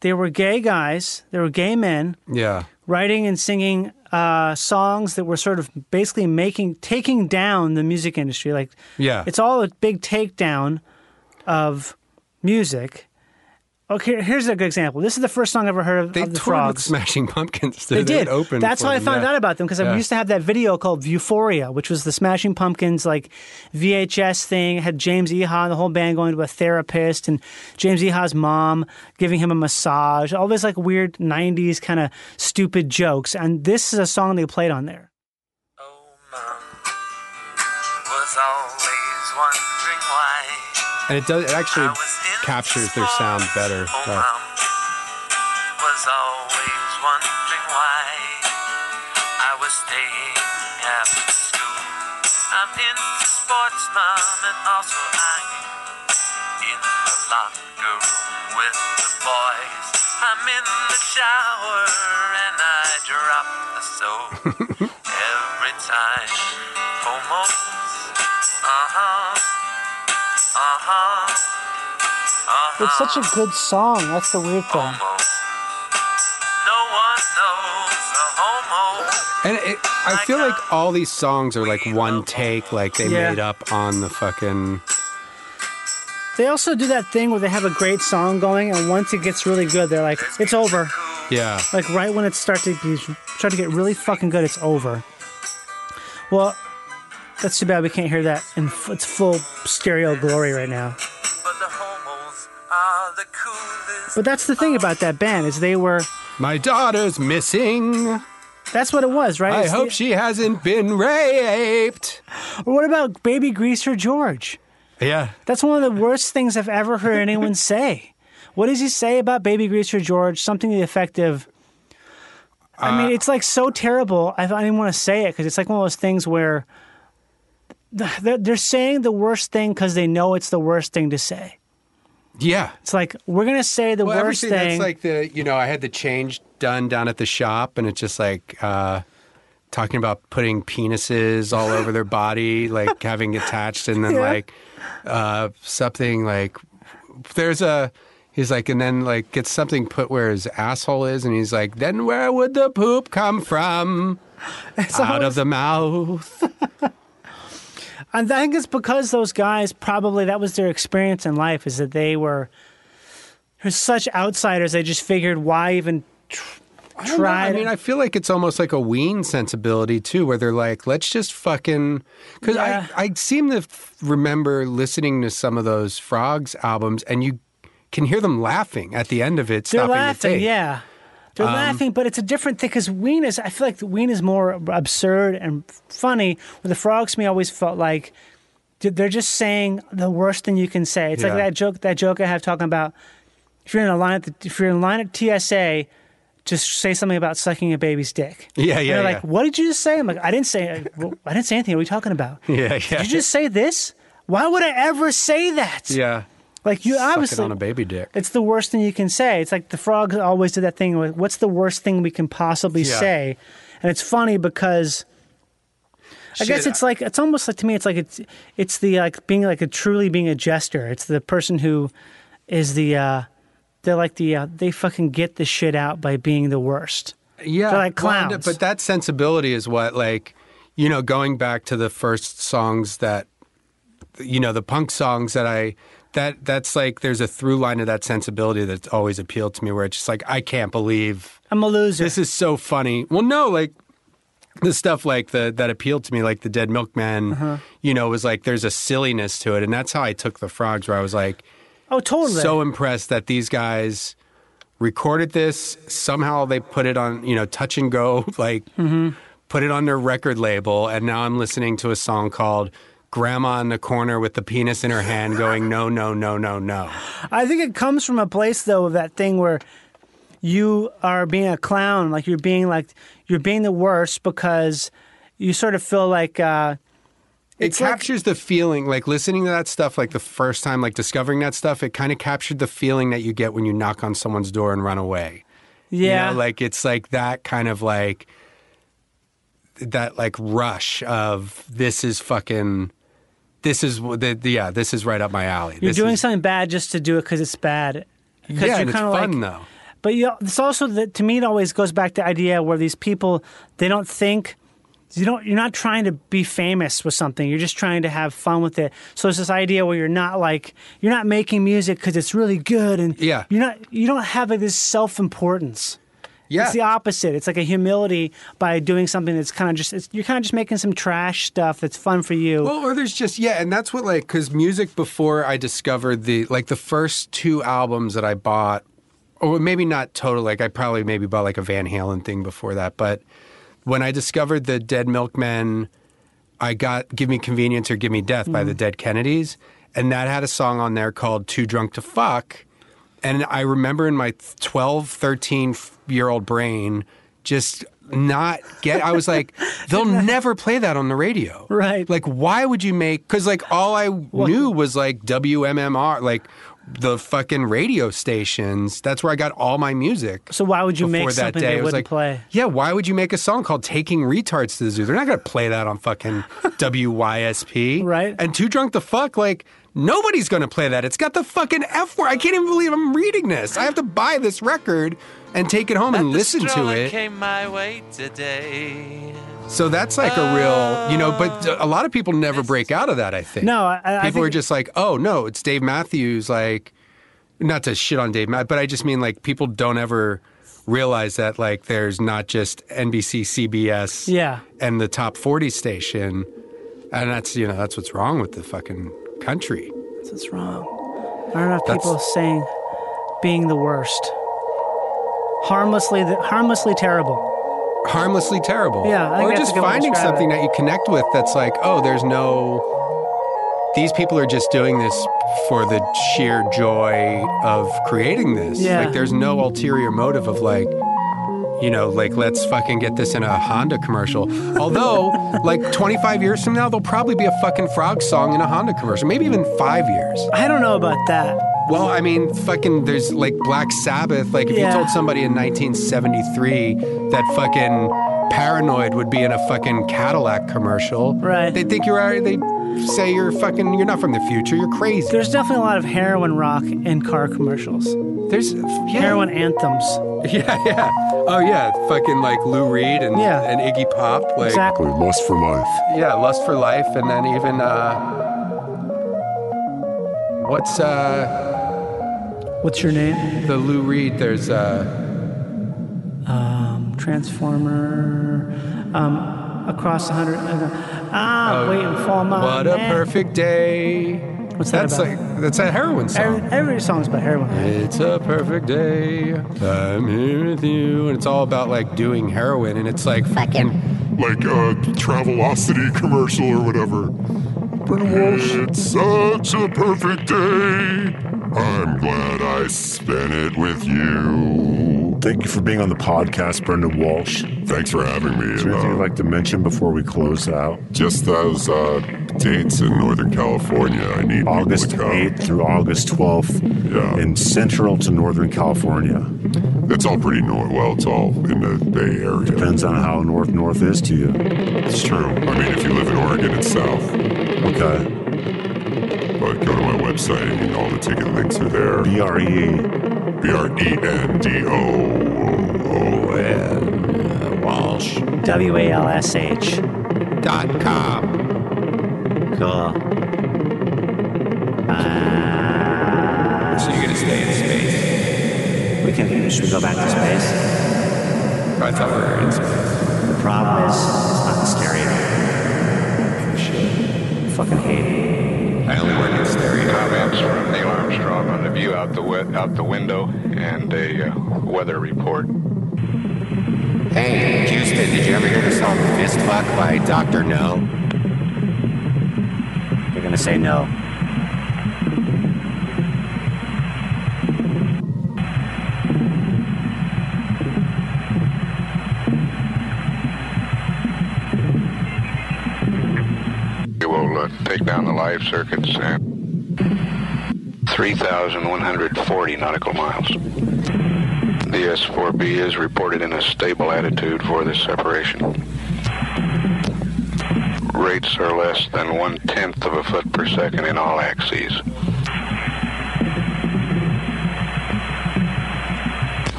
Speaker 3: they were gay guys. They were gay men.
Speaker 9: yeah.
Speaker 3: writing and singing uh, songs that were sort of basically making taking down the music industry. Like,
Speaker 9: Yeah.
Speaker 3: it's all a big takedown of music. Okay, here's a good example. This is the first song I ever heard of,
Speaker 9: They
Speaker 3: of
Speaker 9: toured
Speaker 3: the
Speaker 9: with
Speaker 3: Frogs.
Speaker 9: Smashing Pumpkins.
Speaker 3: They,
Speaker 9: They,
Speaker 3: did.
Speaker 9: would Open
Speaker 3: That's
Speaker 9: for
Speaker 3: how I
Speaker 9: them,
Speaker 3: found
Speaker 9: yeah.
Speaker 3: out about them because
Speaker 9: Yeah.
Speaker 3: I used to have that video called Euphoria, which was the Smashing Pumpkins like VHS thing. It had James Eha and the whole band going to a therapist, and James Eha's mom giving him a massage. All this like weird '90s kind of stupid jokes, and this is a song they played on there.
Speaker 18: was always wondering why
Speaker 9: And it does. It actually captures their sound better. though.
Speaker 18: Oh, was always wondering why I was staying after school. I'm into sports, mom, and also I'm in the locker room with the boys. I'm in the shower and I drop the soap every time. Homos, uh huh, uh huh.
Speaker 3: It's such a good song. That's the weird thing.
Speaker 18: No one knows a homo.
Speaker 9: And it, I feel like all these songs are like one take, like they
Speaker 3: Yeah.
Speaker 9: made up on the fucking.
Speaker 3: They also do that thing where they have a great song going, and once it gets really good, they're like, "It's over."
Speaker 9: Yeah.
Speaker 3: Like right when it starts to be, start to get really fucking good, it's over. Well, that's too bad we can't hear that in f- its full stereo glory right now. But that's the thing about that band is they were.
Speaker 9: My daughter's missing.
Speaker 3: That's what it was, right?
Speaker 9: I
Speaker 3: It's the-
Speaker 9: hope she hasn't been raped.
Speaker 3: Or what about Baby Greaser George?
Speaker 9: Yeah.
Speaker 3: That's one of the worst things I've ever heard anyone say. What does he say about Baby Greaser George? Something to the effect of, I
Speaker 9: Uh,
Speaker 3: mean, it's like so terrible. I don't even want to say it because it's like one of those things where th- they're they're saying the worst thing because they know it's the worst thing to say.
Speaker 9: Yeah.
Speaker 3: It's like we're gonna say the
Speaker 9: well,
Speaker 3: worst
Speaker 9: everything
Speaker 3: thing.
Speaker 9: that's like the you know I had the change done down at the shop, and it's just like uh, talking about putting penises all over their body, like having attached, and then
Speaker 19: Yeah.
Speaker 9: like uh, something like there's a He's like, and then like gets something put where his asshole is, and he's like, then where would the poop come from?
Speaker 3: It's
Speaker 9: Out of
Speaker 3: always-
Speaker 9: the mouth.
Speaker 3: And I think it's because those guys probably that was their experience in life is that they were, they were such outsiders. They just figured why even tr-
Speaker 9: I don't know.
Speaker 3: try.
Speaker 9: I
Speaker 3: to-
Speaker 9: mean, I feel like it's almost like a Ween sensibility too, where they're like, let's just fucking. Because
Speaker 3: Yeah.
Speaker 9: I I seem to f- remember listening to some of those Frogs albums, and you can hear them laughing at the end of it.
Speaker 3: They're
Speaker 9: stopping the
Speaker 3: laughing,
Speaker 9: tape.
Speaker 3: yeah. They're
Speaker 9: Um,
Speaker 3: laughing, but it's a different thing because Ween is. I feel like the Ween is more absurd and funny. Where the frogs, to me, always felt like dude, they're just saying the worst thing you can say. It's like
Speaker 7: Yeah.
Speaker 3: that joke. That joke I have talking about if you're in a line at the, if you're in line at TSA, just say something about sucking a baby's dick.
Speaker 9: Yeah,
Speaker 3: And
Speaker 9: yeah,
Speaker 3: they're
Speaker 9: yeah.
Speaker 3: like, what did you just say? I'm like, I didn't say. uh, I didn't say anything. What are we talking about?
Speaker 9: Yeah, yeah.
Speaker 3: Did you just say this? Why would I ever say that?
Speaker 9: Yeah.
Speaker 3: Like you
Speaker 9: Suck it
Speaker 3: obviously
Speaker 9: on a baby dick.
Speaker 3: It's the worst thing you can say. It's like the frogs always did that thing. With, What's the worst thing we can possibly
Speaker 9: Yeah.
Speaker 3: say? And it's funny because I
Speaker 9: Shit,
Speaker 3: guess
Speaker 9: I-
Speaker 3: it's like it's almost like to me it's like it's it's the like being like a truly being a jester. It's the person who is the uh they're like the uh, they fucking get the shit out by being the worst.
Speaker 9: Yeah,
Speaker 3: they're like
Speaker 9: well, and- uh,
Speaker 3: clowns.
Speaker 9: but that sensibility is what, like, you know, going back to the first songs that, you know, the punk songs that I, that that's like there's a through line of that sensibility that's always appealed to me, where it's just like I can't believe
Speaker 3: I'm a loser.
Speaker 9: This is so funny. Well, no, like the stuff like the that appealed to me, like the Dead Milkman,
Speaker 3: Uh-huh.
Speaker 9: you know, was like there's a silliness to it, and that's how I took the frogs, where I was like,
Speaker 3: oh, totally.
Speaker 9: so impressed that these guys recorded this. Somehow they put it on, you know, touch and go, like
Speaker 3: Mm-hmm.
Speaker 9: put it on their record label. And now I'm listening to a song called Grandma in the Corner with the Penis in Her Hand going, no, no, no, no, no.
Speaker 3: I think it comes from a place though of that thing where you are being a clown, like you're being like you're being the worst because you sort of feel like uh,
Speaker 9: It
Speaker 3: It's like-
Speaker 9: captures the feeling, like listening to that stuff, like the first time, like discovering that stuff, it kind of captured the feeling that you get when you knock on someone's door and run away. You
Speaker 3: yeah,
Speaker 9: know, like it's like that kind of like that like rush of this is fucking this is wh- the, the- yeah this is right up my alley.
Speaker 3: you're
Speaker 9: This
Speaker 3: doing
Speaker 9: is,
Speaker 3: something bad just to do it because it's bad. 'Cause
Speaker 9: yeah,
Speaker 3: you're
Speaker 9: and it's
Speaker 3: kinda like-
Speaker 9: fun though.
Speaker 3: But you know, it's also that to me it always goes back to the idea where these people they don't think you don't you're not trying to be famous with something. You're just trying to have fun with it. So it's this idea where you're not like you're not making music because it's really good and
Speaker 9: Yeah.
Speaker 3: you're not you don't have like, this self importance.
Speaker 9: Yeah.
Speaker 3: It's the opposite. It's like a humility by doing something that's kind of just it's, you're kind of just making some trash stuff that's fun for you.
Speaker 9: Well, or there's just yeah, and that's what like because music before I discovered the like the first two albums that I bought, or maybe not total. Like I probably maybe bought like a Van Halen thing before that, but when I discovered the Dead Milkmen, I got "Give Me Convenience" or "Give Me Death" by the
Speaker 3: Mm.
Speaker 9: Dead Kennedys, and that had a song on there called "Too Drunk to Fuck." And I remember in my 12, 13 year old brain just not get, I was like, they'll never play that on the radio.
Speaker 3: Right.
Speaker 9: Like, why would you make, because like all I knew was like WMMR, like the fucking radio stations. That's where I got all my music.
Speaker 3: So why would you make
Speaker 9: before that
Speaker 3: something
Speaker 9: day,
Speaker 3: they
Speaker 9: it was
Speaker 3: wouldn't
Speaker 9: like,
Speaker 3: play?
Speaker 9: Yeah, why would you make a song called "Taking Retards to the Zoo"? They're not going to play that on fucking WYSP, right? And "Too Drunk to Fuck," like nobody's going to play that. It's got the fucking F word. I can't even believe I'm reading this. I have to buy this record and take it home and listen to
Speaker 18: Stroller
Speaker 9: it.
Speaker 18: came my way today.
Speaker 9: So that's like a real, you know, but a lot of people never break out of that, I think.
Speaker 3: No, I- I- I
Speaker 9: people
Speaker 3: think-
Speaker 9: are just like, oh, no, it's Dave Matthews. Like, not to shit on Dave Matthews, but I just mean like people don't ever realize that like there's not just NBC, CBS,
Speaker 3: Yeah.
Speaker 9: and the top 40 station. And that's, you know, that's what's wrong with the fucking country.
Speaker 3: That's what's wrong. I don't know if
Speaker 9: That's-
Speaker 3: people saying being the worst. Harmlessly, the, harmlessly terrible.
Speaker 9: Harmlessly terrible.
Speaker 3: Yeah, I
Speaker 9: or
Speaker 3: think that's a
Speaker 9: just
Speaker 3: good way to
Speaker 9: finding
Speaker 3: describe
Speaker 9: something
Speaker 3: it.
Speaker 9: that you connect with that's like, oh, there's no. These people are just doing this for the sheer joy of creating this.
Speaker 3: Yeah.
Speaker 9: Like, there's no ulterior motive of like, you know, like let's fucking get this in a Honda commercial. Although, like 25 years from now, there'll probably be a fucking frog song in a Honda commercial. Maybe even five years.
Speaker 3: I don't know about that.
Speaker 9: Well, I mean, fucking, there's like Black Sabbath. Like, if
Speaker 3: Yeah.
Speaker 9: you told somebody in 1973 that fucking paranoid would be in a fucking Cadillac commercial. Right. They think you're out- they say you're fucking you're not from the future. You're crazy.
Speaker 3: There's definitely a lot of heroin rock in car commercials.
Speaker 9: There's
Speaker 3: heroin anthems.
Speaker 9: Yeah, yeah. Oh yeah, fucking like Lou Reed and
Speaker 3: Yeah.
Speaker 9: and Iggy Pop. Like,
Speaker 3: Exactly.
Speaker 5: Lust for life.
Speaker 9: Yeah, Lust for Life, and then even uh, what's uh,
Speaker 3: what's your name?
Speaker 9: The Lou Reed. There's uh,
Speaker 3: Um, Transformer. Um, across the hundred. ah,
Speaker 9: Oh,
Speaker 3: wait and fall my
Speaker 9: what a
Speaker 3: man.
Speaker 9: perfect day. What's
Speaker 3: that
Speaker 9: That's
Speaker 3: about?
Speaker 9: like that's a heroin song.
Speaker 3: Every, every song's about heroin.
Speaker 9: It's a perfect day. I'm here with you, and it's all about like doing heroin, and it's like fucking.
Speaker 5: Like a Travelocity commercial or whatever. It's such a perfect day. I'm glad I spent it with you.
Speaker 11: Thank you for being on the podcast, Brendan Walsh.
Speaker 5: Thanks for having me.
Speaker 11: Is there anything you'd like to mention before we close out?
Speaker 5: Just those uh, dates in Northern California. I need people
Speaker 11: August
Speaker 5: to come.
Speaker 11: 8th through August 12th in central to northern California.
Speaker 5: It's all pretty north. Well, it's all in the Bay Area.
Speaker 11: Depends on how north north is to you.
Speaker 5: It's true. I mean, if you live in Oregon, it's south.
Speaker 11: Okay.
Speaker 5: But go to my website. I mean, all the ticket links are there.
Speaker 11: B R E.
Speaker 5: B R E N D O O N. Walsh.
Speaker 3: W A L S H.
Speaker 9: Dot com.
Speaker 11: Cool.
Speaker 7: So you're gonna stay in space.
Speaker 11: We can. Should we go back to space?
Speaker 7: I thought we were in space.
Speaker 11: The problem is, it's not the stereo. Fucking hate it.
Speaker 8: I only work in stereo. Comments from Neil Armstrong on the view out the wi- out the window and a uh, weather report.
Speaker 20: Hey, Houston, did you ever hear the song Fist Fuck by Dr. No?
Speaker 11: They're gonna say no.
Speaker 8: We will uh, take down the live circuits and 3,140 nautical miles. The S-4B is reported in a stable attitude for this separation. Rates are less than one-tenth of a foot per second in all axes.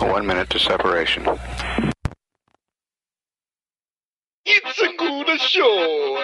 Speaker 8: One minute to separation.
Speaker 14: It's a good show.